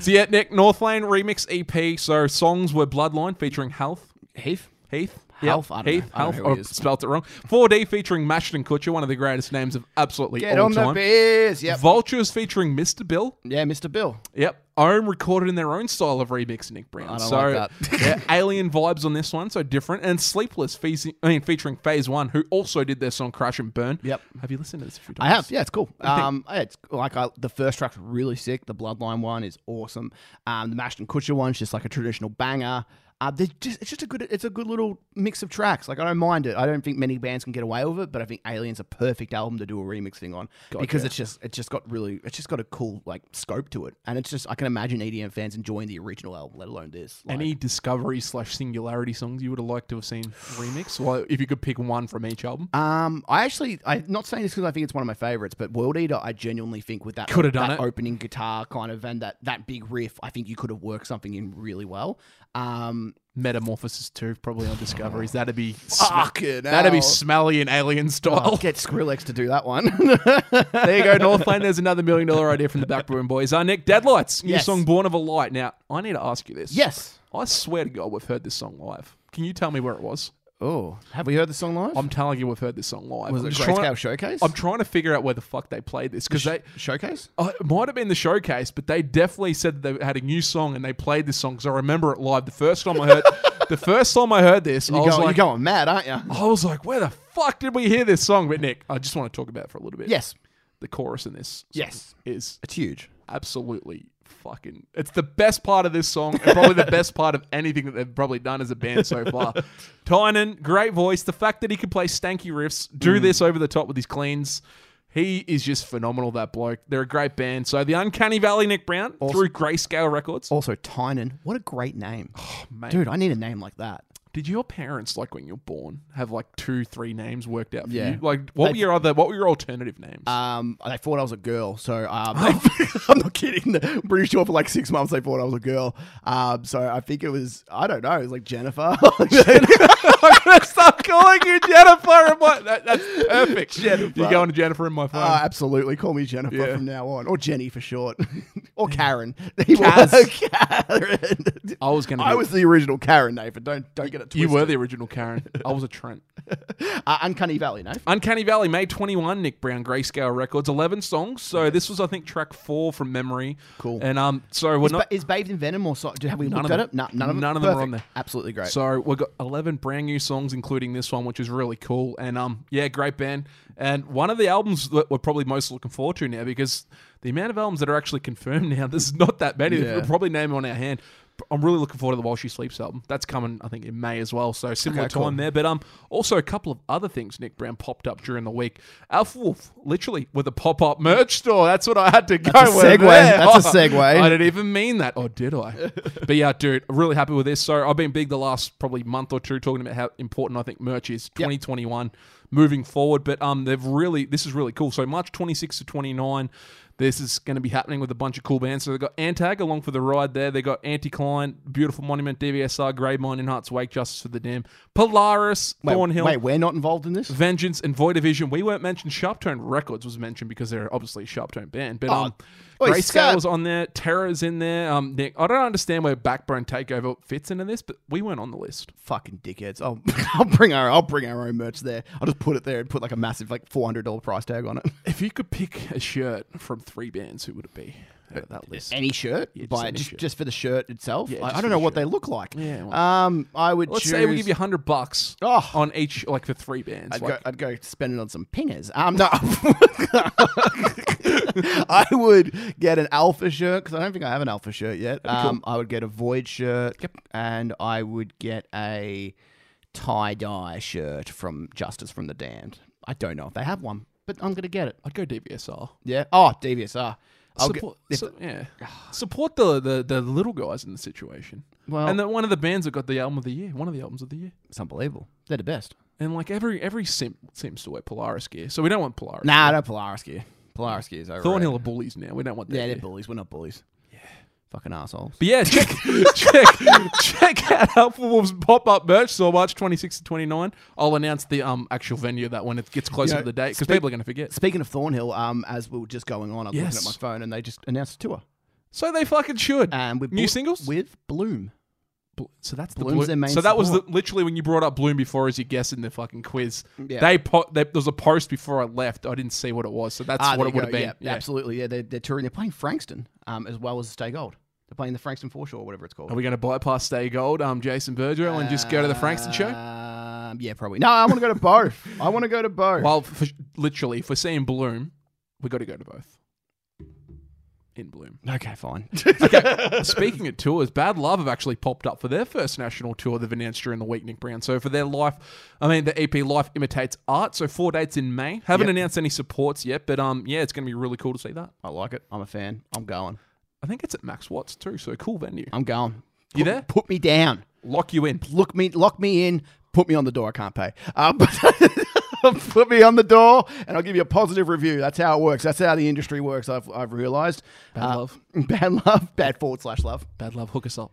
S2: (laughs) so yeah, Nick Northlane remix EP. So songs were Bloodline featuring Health.
S1: Heath.
S2: Heath.
S1: Half? I don't know.
S2: Heath,
S1: I don't
S2: Half,
S1: know who
S2: or
S1: he is.
S2: spelt it wrong. 4D featuring Mashton Kutcher, one of the greatest names of absolutely
S1: Get
S2: all
S1: on the
S2: time.
S1: beers. Yep.
S2: Vultures featuring Mr. Bill.
S1: yeah, Mr. Bill.
S2: Yep. Ohm recorded in their own style of remix, Nick Brown.
S1: I don't
S2: so,
S1: like that.
S2: yeah, alien vibes on this one, so different. And Sleepless, feas- I mean, featuring Phase One, who also did their song Crash and Burn.
S1: Yep.
S2: Have you listened to this a few times?
S1: I have. Yeah, it's cool. Um, yeah, it's like I, the first track's really sick. The Bloodline one is awesome. Um, the Mashton Kutcher one's just like a traditional banger. Uh, there's just, it's just a good. It's a good little mix of tracks. Like I don't mind it. I don't think many bands can get away with it, but I think Alien's a perfect album to do a remix thing on because it's just it's just got really it's just got a cool like scope to it, and it's just I can imagine EDM fans enjoying the original album, let alone this. Like,
S2: Any discovery slash singularity songs you would have liked to have seen remix? Well, if you could pick one from each album,
S1: Um, I actually, I'm not saying this because I think it's one of my favorites, but World Eater, I genuinely think with that
S2: Coulda done
S1: that
S2: it.
S1: opening guitar kind of and that that big riff, I think you could have worked something in really well. Um,
S2: Metamorphosis Two, probably on Discoveries. That'd be
S1: fucking
S2: that'd be
S1: hell.
S2: smelly and alien
S1: I'll
S2: style.
S1: get Skrillex to do that one.
S2: (laughs) there you go, Northlane. There's another million dollar idea from the Backroom Boys. Uh, Nick, Deadlights, new
S1: Yes.
S2: song, Born of a Light. Now, I need to ask you this.
S1: yes.
S2: I swear to God, we've heard this song live. Can you tell me where it was?
S1: Oh, have we heard the song live?
S2: I'm telling you, we've heard this song live.
S1: Was
S2: I'm
S1: it
S2: just
S1: Grayscale
S2: trying-
S1: Showcase?
S2: I'm trying to figure out where the fuck they played this because they.
S1: Showcase?
S2: Oh, it might have been the showcase, but they definitely said that they had a new song and they played this song because I remember it live. The first time I heard, the first time I heard this, I
S1: You're
S2: was
S1: going,
S2: like, Oh,
S1: you're going mad, aren't you?
S2: I was like, where the fuck did we hear this song? But Nick, I just want to talk about it for a little bit.
S1: Yes.
S2: the chorus in this,
S1: Yes.
S2: is
S1: It's huge.
S2: absolutely fucking. It's the best part of this song, and probably the best part of anything that they've probably done as a
S1: (laughs)
S2: band so far. Tynan, great voice. The fact that he could play stanky riffs,
S1: Mm.
S2: do this over the top with his cleans. He is just phenomenal, that bloke. They're a great band. So the Uncanny Valley, Nick Brown, through Grayscale Records.
S1: Also, Tynan, what a great name.
S2: Oh, mate.
S1: Dude, I need a name like that.
S2: Did your parents, like when you're born, have like two, three names worked out for
S1: Yeah.
S2: you? Like, what were your other, what were your alternative names?
S1: Um, they thought I was a girl, so
S2: (laughs)
S1: um, (laughs) I'm not kidding. The British tour for like six months, they thought I was a girl. Um, so I think it was I don't know, it was like
S2: (laughs)
S1: Jennifer. (laughs)
S2: I'm gonna stop calling you Jennifer. In my, that, that's perfect. Jennifer. You're going to Jennifer in my phone.
S1: Uh, absolutely, call me Jennifer
S2: Yeah.
S1: from now on, or Jenny for short, (laughs) or Karen. (laughs) He
S2: Kaz.
S1: was- Karen.
S2: I was gonna.
S1: I was the original Karen, Nathan. Don't don't get it twisted.
S2: You were the original Karen. I was a Trent.
S1: (laughs) uh, Uncanny Valley, Nathan.
S2: Uncanny Valley, May 21, Nick Brown, Grayscale Records, 11 songs. So this was, I think, track four from memory.
S1: Cool.
S2: And um, so we're
S1: Is,
S2: not.
S1: ba- is bathed in venom or so? Do, have we
S2: None
S1: looked
S2: of
S1: at
S2: them.
S1: it? No, none of them.
S2: None of them are on
S1: Perfect. Absolutely great.
S2: So we've got 11 brand new songs, including this one, which is really cool. And um, yeah, great band. And one of the albums that we're probably most looking forward to now because the amount of albums that are actually confirmed now, (laughs) there's not that many.
S1: Yeah.
S2: We'll probably name on our hand. I'm really looking forward to the While She Sleeps album. That's coming, I think, in May as well. So similar
S1: Okay,
S2: time
S1: cool.
S2: there. But um, also a couple of other things Nick Brown popped up during the week. Alpha Wolf, literally, with a pop up merch store. That's what I had to go
S1: That's a
S2: with.
S1: segue.
S2: there.
S1: That's
S2: (laughs)
S1: a segue.
S2: I didn't even mean that, or did I? (laughs) but yeah, dude, really happy with this. So I've been big the last probably month or two talking about how important I think merch is 2021 moving forward. But um, they've really this is really cool. So March 26 to 29. This is going to be happening with a bunch of cool bands. So they've got Antag along for the ride there. They've got Anti Klein, Beautiful Monument, DVSR, Grey Mine, In Heart's Wake, Justice for the Dam, Polaris,
S1: wait,
S2: Thornhill,
S1: wait, we're not involved in this.
S2: Vengeance, and Void Division. We weren't mentioned. Sharptone Records was mentioned because they're obviously a Sharptone band. But um,
S1: Oi,
S2: Grayscale
S1: Scott.
S2: was on there. Terror's in there. Um, Nick, I don't understand where Backbone Takeover fits into this, but we weren't on the list.
S1: Fucking dickheads. I'll, (laughs) I'll bring our I'll bring our own merch there. I'll just put it there and put like a massive like four hundred dollar price tag on it.
S2: If you could pick a shirt from three bands, who would it be out of that list?
S1: Any shirt,
S2: just
S1: by
S2: any
S1: just,
S2: shirt.
S1: just for the shirt itself.
S2: Yeah,
S1: I,
S2: just
S1: I
S2: for
S1: don't know
S2: the
S1: what
S2: shirt.
S1: they look like.
S2: Yeah, well-
S1: um, I would.
S2: Let's
S1: choose,
S2: say we give you hundred bucks
S1: Oh.
S2: on each, like for three bands.
S1: I'd
S2: Like,
S1: go. I'd go spend it on some pingers. Um, no, I would get an alpha shirt because I don't think I have an alpha shirt yet. Um, I would get a void shirt. Yep. And I would get a tie dye shirt from Justice from the Damned. I don't know if they have one, but I'm gonna get it.
S2: I'd go DVSR.
S1: Yeah. Oh, DVSR. I'll get-
S2: Support,
S1: if-
S2: su- yeah, support the, the the little guys in the situation.
S1: Well-
S2: and then one of the bands that got the album of the year, one of the albums of the year.
S1: it's unbelievable. They're the best.
S2: And like every every simp seems to wear Polaris gear, so we don't want Polaris.
S1: Nah, no Polaris gear. Polaris gear is over.
S2: Thornhill are bullies now. We don't want that.
S1: Yeah, they're
S2: gear.
S1: bullies. We're not bullies. Yeah. Fucking assholes.
S2: But
S1: (laughs)
S2: yeah, check check check out Alpha Wolves pop up merch store March 26 to 29. I'll announce the um actual venue of that when it gets
S1: You
S2: closer
S1: know,
S2: to the date because
S1: speak-
S2: people are going to forget.
S1: Speaking of Thornhill, um, as we were just going on, I was
S2: Yes.
S1: looking at my phone and they just announced a tour.
S2: So they fucking should.
S1: And with
S2: New
S1: Blo-
S2: singles?
S1: with Bloom.
S2: Bl- so that's
S1: Bloom's
S2: the
S1: their
S2: Bloom.
S1: main
S2: So that was the,
S1: support.
S2: literally when you brought up Bloom before as your guess in the fucking quiz.
S1: Yeah.
S2: They, po- they there was a post before I left. I didn't see what it was, so that's
S1: Ah,
S2: what
S1: there
S2: it
S1: you
S2: would have
S1: go.
S2: been.
S1: Yeah, Absolutely. Yeah, they're, they're touring. They're playing Frankston, um, as well as Stay Gold. They're playing the Frankston Foreshore, or whatever it's called.
S2: Are we going to bypass Stay Gold, um, Jason Bergero, and just go to the Frankston show?
S1: Um, yeah, probably. No, I want to go to both. I want to go to both.
S2: Well, for, literally, if we're seeing Bloom, we got to go to both. In Bloom.
S1: okay,
S2: (laughs)
S1: fine.
S2: Speaking of tours, Bad Love have actually popped up for their first national tour they've announced during the week, Nick Brown. So for their life, I mean, the EP Life Imitates Art. So four dates in May. Haven't
S1: Yep.
S2: announced any supports yet, but um, yeah, it's going to be really cool to see that.
S1: I like it. I'm a fan. I'm going.
S2: I think it's at Max Watts too, so cool venue.
S1: I'm going. Put,
S2: You there?
S1: Put me down.
S2: Lock you in.
S1: look me lock me in put me on the door i can't pay uh, (laughs) but put me on the door and i'll give you a positive review that's how it works that's how the industry works i've, I've realized Uh,
S2: Bad love.
S1: (laughs) bad love bad forward slash love
S2: Bad Love, hook us up.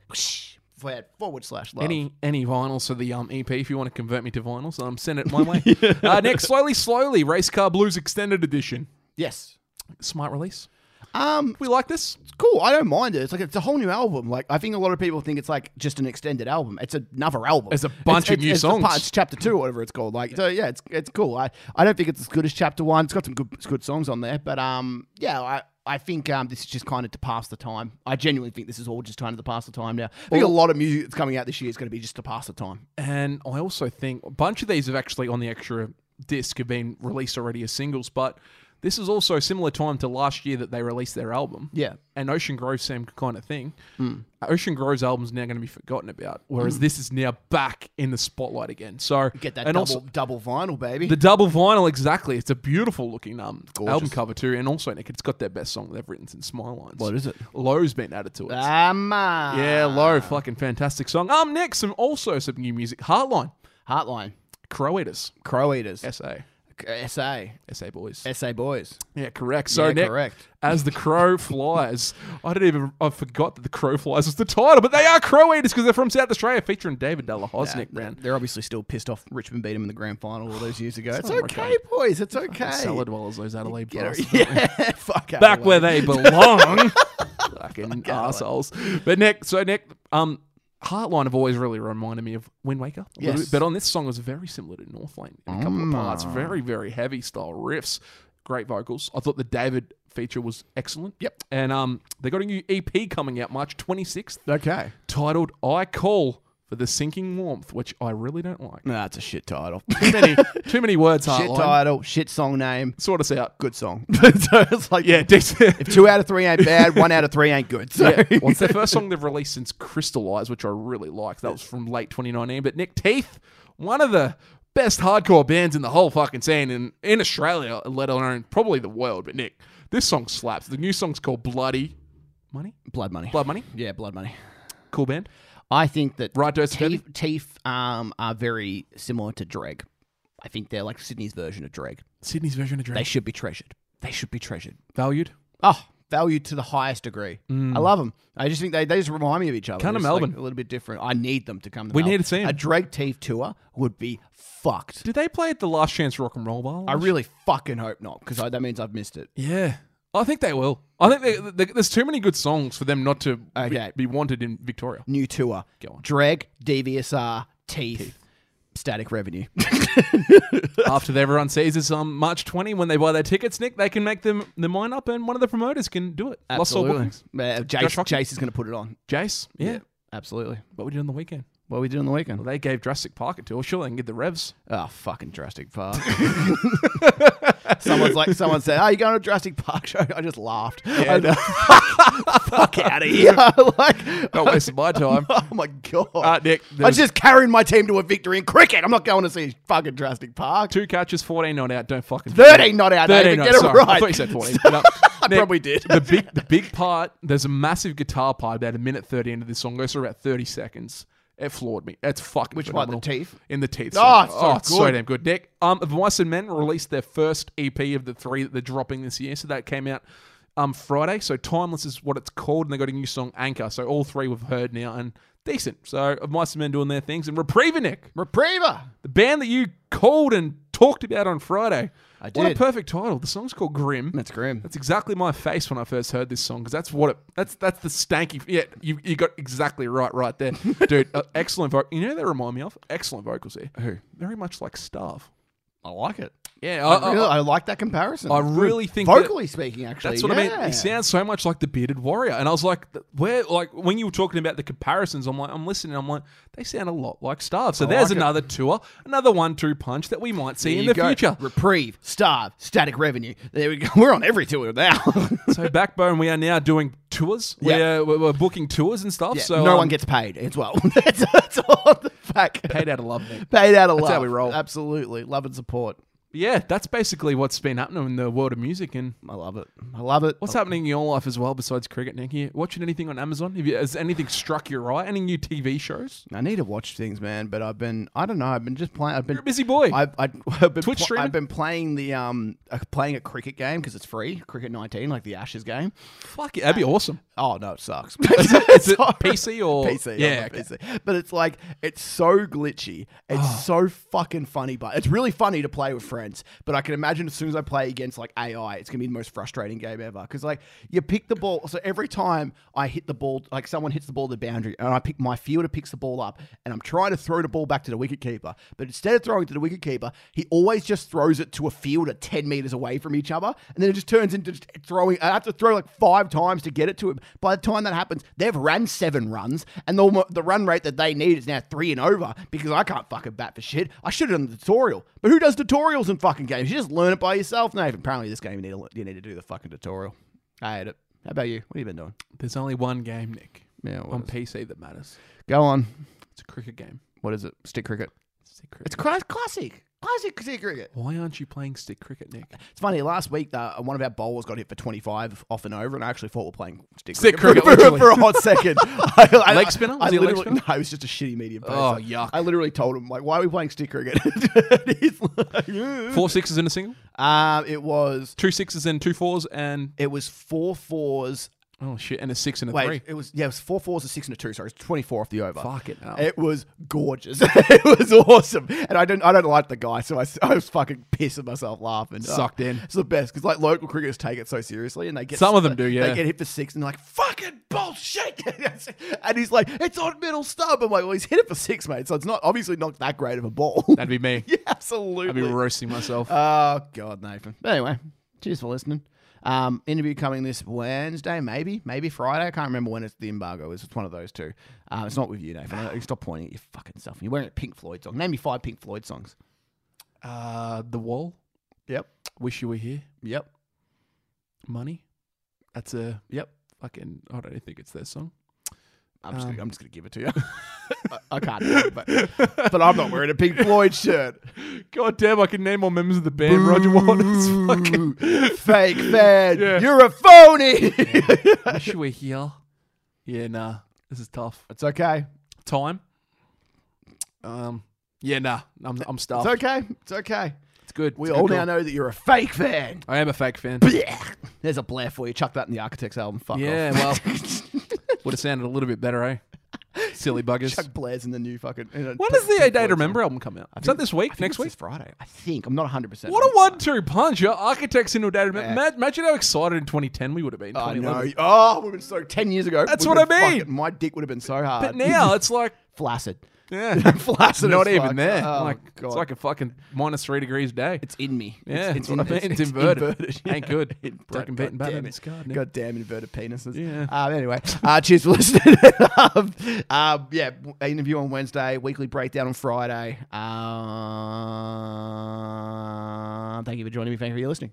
S1: Bad forward slash love
S2: Any any vinyls for the um EP if you want to convert me to vinyls, um, send it my way. uh, next, slowly, slowly, Race Car Blues Extended Edition.
S1: yes
S2: Smart release.
S1: um
S2: We like this.
S1: it's cool i don't mind it it's like it's a whole new album like i think a lot of people think it's like just an extended album it's another album
S2: It's a bunch of new
S1: it's a part-
S2: songs.
S1: it's chapter two or whatever it's called like so yeah it's it's cool i i don't think it's as good as chapter one it's got some good good songs on there but um yeah i I think um, this is just kind of to pass the time. I genuinely think this is all just kind of to pass the time now. I think a lot of music that's coming out this year is going to be just to pass the time.
S2: And I also think a bunch of these have actually on the extra disc have been released already as singles, but This is also similar time to last year that they released their album.
S1: Yeah. Hmm.
S2: And Ocean Grove, same kind of thing. Ocean Grove's album's now going to be forgotten about, whereas this is now back in the spotlight again. So
S1: Get that
S2: and
S1: double,
S2: also
S1: double vinyl, baby.
S2: the double vinyl exactly. It's a beautiful looking um album
S1: Gorgeous.
S2: cover too, and also Nick, it's got their best song they've written since My Lines.
S1: What is it?
S2: Low's been added to it.
S1: Um, uh,
S2: yeah, Low, fucking fantastic song. Um, next, some also some new music. Heartline,
S1: Heartline.
S2: Croetus,
S1: Crow Eaters.
S2: SA,
S1: K- SA.
S2: SA boys.
S1: SA Boys.
S2: Yeah, correct. So
S1: Eh. Yeah,
S2: Nick,
S1: correct.
S2: As
S1: (laughs)
S2: the crow flies, I didn't even I forgot that the crow flies was the title, but they are crow eaters because they're from South Australia, featuring David Delahosnick, man.
S1: They're obviously still pissed off Richmond beat them in the grand final all those years ago. It's
S2: not
S1: okay,
S2: okay.
S1: boys. It's okay.
S2: Cellar dwellers, those Adelaide
S1: Get her- (laughs)
S2: bastards.
S1: yeah, (laughs) fuck
S2: back
S1: Adelaide.
S2: where
S1: (laughs)
S2: they belong. Fucking assholes. But Nick, so Nick, um, Heartline have always really reminded me of Wind Waker. a little
S1: Yes. Mm.
S2: bit, But on this song, it was very similar to Northlane in a couple of parts. Very, very heavy style riffs. Great vocals. I thought the David feature was excellent.
S1: Yep.
S2: And um, they got a new EP coming out March 26th
S1: Okay.
S2: titled I Call for the Sinking Warmth, which I really don't
S1: (laughs)
S2: like.
S1: No, it's a shit title.
S2: Too many, too many words,
S1: shit
S2: Heartline.
S1: title, shit song name,
S2: Sort us out.
S1: good song. (laughs) so it's like
S2: Yeah, (laughs) decent.
S1: if two out of three ain't bad, one out of three ain't good. So (laughs)
S2: Yeah. Well, it's their first song they've released since Crystallize, which I really liked. That was from late 2019. But Nick Teeth, one of the best hardcore bands in the whole fucking scene in, in Australia, let alone probably the world. But Nick, this song slaps. The new song's called Bloody Money.
S1: blood money.
S2: Blood Money.
S1: Yeah, blood money.
S2: Cool band.
S1: I think that
S2: Right dose of
S1: teeth, teeth um, are very similar to Dreg. I think they're like Sydney's version of Dreg.
S2: Sydney's version of
S1: They
S2: Drake.
S1: should be treasured. They should be treasured.
S2: Valued.
S1: Oh, valued to the highest degree. I love them. I just think they, they just remind me of each other.
S2: Mm. Come to
S1: It's, like,
S2: Melbourne.
S1: a little bit different. I need them to come to
S2: We
S1: Melbourne.
S2: need to see 'em.
S1: A Drake Teeth tour would be fucked.
S2: Did they play at the Last Chance Rock and Roll Bar?
S1: I really fucking hope not because that means I've missed it.
S2: yeah. I think they will. I think they, they, there's too many good songs for them not to be-
S1: Okay.
S2: be wanted in Victoria.
S1: New tour.
S2: Go on.
S1: Dreg, DVSR, Teeth, Static Revenue.
S2: after everyone sees us on um, March 20 when they buy their tickets, Nick, they can make them the mine up and one of the promoters can do it. Lost all bookings.
S1: Uh, Jace,
S2: Josh Hockey.
S1: Jace is going to put it on.
S2: Jace, yeah.
S1: Absolutely.
S2: What we did on the weekend?
S1: What are we doing on the weekend?
S2: Well, they gave Jurassic Park a tour. Sure, they can get the revs.
S1: Oh, fucking Jurassic
S2: (laughs)
S1: Park. Someone's like, someone said, "Oh, you going to a Jurassic Park show?" I just laughed. I know.
S2: (laughs)
S1: Fuck out of here! (laughs) like,
S2: Not wasting my time.
S1: oh my god!
S2: Uh, Nick,
S1: I
S2: there's
S1: was just carrying my team to a victory in cricket. I'm not going to see fucking Jurassic Park.
S2: two catches, 14 not out. Don't fucking.
S1: 13 not out, David.
S2: not
S1: Get it
S2: sorry. I
S1: right.
S2: thought you said
S1: (laughs)
S2: 14. No.
S1: I
S2: Nick,
S1: probably did.
S2: The big, the big part, there's a massive guitar part about a minute 30 into this song, goes for about 30 seconds. It floored me. It's fucking
S1: Which part, the
S2: phenomenal.
S1: teeth?
S2: in the teeth.
S1: Oh,
S2: song.
S1: it's so
S2: it's so
S1: good.
S2: damn good. Nick, um, Vice and Men released their first EP of the three that they're dropping this year. So that came out um Friday. So Timeless is what it's called, and they got a new song Anchor. So all three we've heard now and decent. So of Mice and Men doing their things and Repriever Nick,
S1: Repriever.
S2: the band that you called and talked about on Friday.
S1: I
S2: What a
S1: did.
S2: perfect title. The song's called Grim.
S1: That's grim.
S2: That's exactly my face when I first heard this song because that's what it. That's that's the stanky. Yeah, you, you got exactly right
S1: (laughs)
S2: right there, dude. Uh, excellent vocal. You know what they remind me of excellent vocals here.
S1: Who?
S2: Very much like Starve.
S1: I like it.
S2: Yeah,
S1: I,
S2: I, I-
S1: really,
S2: I-
S1: I like that comparison.
S2: Uh, I
S1: It's good.
S2: really think that-
S1: vocally speaking, actually,
S2: that's what I mean.
S1: yeah.
S2: He sounds so much like the bearded warrior, and I was like, th- where like when you were talking about the comparisons, I'm like, I'm listening. I'm like, they sound a lot like Starve. So there's
S1: like it.
S2: another tour, another one-two punch that we might see
S1: There
S2: in
S1: you
S2: the
S1: go.
S2: future.
S1: Reprieve, starve, static revenue. There we go. (laughs) We're on every tour now. (laughs)
S2: so Backbone, we are now doing tours.
S1: Yeah.
S2: We're, we're, we're booking tours and stuff.
S1: Yeah,
S2: so
S1: no
S2: um,
S1: one gets paid as well. (laughs) that's, that's all the fact.
S2: paid out of love. Nick.
S1: Paid out of love.
S2: how we roll.
S1: Absolutely. Love and support.
S2: Yeah, that's basically what's been happening in the world of music. And
S1: I love it. I love it.
S2: what's happening in your life as well, besides cricket, Nick? You watching anything on Amazon? Have you, has anything struck your eye? Any new TV shows?
S1: I need to watch things, man, but I've been I don't know, I've been just playing I've been
S2: You're a busy boy.
S1: I've, I've, (laughs) I've been
S2: Twitch
S1: pl-
S2: streaming?
S1: I've been playing the um uh, playing a cricket game because it's free, cricket 19 like the Ashes game.
S2: Fuck it, that'd be awesome.
S1: Oh no, it
S2: (laughs)
S1: sucks.
S2: Is
S1: (laughs)
S2: it
S1: Sorry.
S2: PC or
S1: PC.
S2: Yeah,
S1: Yeah,
S2: okay.
S1: PC. But it's like it's so glitchy. It's
S2: Oh.
S1: so fucking funny, but it's really funny to play with friends. But I can imagine as soon as I play against like AI, it's gonna be the most frustrating game ever. Because like you pick the ball, so every time I hit the ball, like someone hits the ball to the boundary, and I pick my fielder picks the ball up, and I'm trying to throw the ball back to the wicketkeeper. But instead of throwing to the wicketkeeper, he always just throws it to a fielder ten meters away from each other, and then it just turns into just throwing. I have to throw like five times to get it to him. By the time that happens, they've ran seven runs, and the, almo- the run rate that they need is now three and over because I can't fucking bat for shit. I should have done the tutorial, but who does tutorials awesome fucking game. You just learn it by yourself, Nathan. Apparently, this game you need to, you need to do the fucking tutorial. I hate it. How about you? What have you been doing?
S2: There's only one game, Nick,
S1: Yeah,
S2: on PC that matters.
S1: go on.
S2: It's a cricket game.
S1: What is it? Stick cricket.
S2: Stick
S1: It's
S2: cricket.
S1: cla- classic. Classic stick cricket.
S2: Why aren't you playing stick
S1: (laughs)
S2: cricket, Nick?
S1: It's funny. Last week, uh, one of our bowlers got hit for 25 off and over, and I actually thought we were playing stick,
S2: Stick
S1: for,
S2: cricket,
S1: (laughs) for, a hot
S2: (laughs)
S1: second. I, I,
S2: Leg spinner? Was
S1: I
S2: he a leg
S1: literally- No, it was just a shitty medium. pacer.
S2: Oh, yuck.
S1: I literally told him like, "Why are we playing stick cricket?" (laughs) He's like, (laughs) "Ugh."
S2: Four sixes in a single,
S1: um, it was
S2: two sixes and two fours, and
S1: it was four fours.
S2: oh shit, and a six and a
S1: Wait,
S2: three.
S1: it was yeah, it was four fours, a six, and a two. Sorry, it's 24 off the over.
S2: Fuck it. hell.
S1: It was gorgeous. (laughs) it was awesome, and I don't I don't like the guy, so I, s- I was fucking pissing myself laughing.
S2: Sucked in.
S1: It's the best because like local cricketers take it so seriously, and they get
S2: Some of them do,
S1: They
S2: yeah.
S1: get hit for six, and they're like fucking bullshit. (laughs) and he's like, it's on middle stub. I'm like, well, he's hit it for six, mate. So it's not obviously not that great of a ball.
S2: That'd be me.
S1: (laughs) yeah,
S2: I'd be
S1: absolutely.
S2: roasting myself.
S1: Oh God, Nathan. But anyway, cheers for listening. Um, interview coming this Wednesday, maybe, maybe Friday. I can't remember when it's the embargo is. It's one of those two. Um, it's not with you, Nathan. I- Stop pointing at your fucking self. You're wearing a Pink Floyd song. Name me five Pink Floyd songs.
S2: Uh, the wall.
S1: Yep.
S2: Wish you were here.
S1: Yep.
S2: Money. That's a
S1: Yep.
S2: fucking. I don't think it's their song.
S1: I'm just,
S2: Um,
S1: gonna, I'm just gonna give it to you. (laughs) I, I can't, do it, but but I'm not wearing a Pink Floyd shirt.
S2: God damn! I can name more members of the band. Roger Waters.
S1: (laughs)
S2: (laughs) Fucking.
S1: Fake fan.
S2: Yeah.
S1: You're a phony.
S2: Wish you were here. Yeah, nah. This is tough.
S1: (laughs) it's okay.
S2: Time. Um. Yeah, nah. I'm I'm
S1: It's
S2: stuffed. It's,
S1: okay. It's okay.
S2: good.
S1: We
S2: It's a
S1: all
S2: good
S1: now
S2: call.
S1: know that you're a fake fan.
S2: I am a fake fan.
S1: (laughs) Blech. There's a Blair for you. Chuck that in the Architects album. Fuck
S2: Yeah,
S1: off.
S2: well, (laughs) would have sounded a little bit better, eh? Silly buggers.
S1: (laughs) Chuck Blair's in the new fucking. In a-
S2: when does the
S1: Pink
S2: A Day
S1: Floyd
S2: to Remember album come out? Is that this
S1: song. I
S2: week?
S1: think
S2: Next
S1: it's
S2: week?
S1: this Friday. I think. I'm not 100%.
S2: What a one-two punch! Your architects into a day to remember.
S1: Yeah.
S2: Ma- Imagine how excited in 2010 we would have been.
S1: I know.
S2: 2011.
S1: (laughs) Oh, would have been so. 10 years ago.
S2: That's
S1: would've
S2: what I
S1: been
S2: mean.
S1: fucking- my dick would have been so hard.
S2: But now it's like,
S1: Flaccid. (laughs)
S2: yeah,
S1: Flaccid.
S2: (laughs) not
S1: as
S2: even
S1: fuck.
S2: there.
S1: Oh,
S2: like
S1: God.
S2: it's like a fucking minus three degrees day.
S1: (laughs) It's in me.
S2: yeah,
S1: It's, it's,
S2: what
S1: in,
S2: (laughs) I mean. It's, inverted. Ain't good. Broken bit and
S1: God damn
S2: Batman.
S1: it.
S2: It's God, Nick.
S1: Goddamn inverted penises.
S2: Yeah.
S1: Um, anyway, uh, cheers for (laughs) listening. um, um, yeah, w- interview on Wednesday, weekly breakdown on Friday. Um, thank you for joining me. Thank you for listening.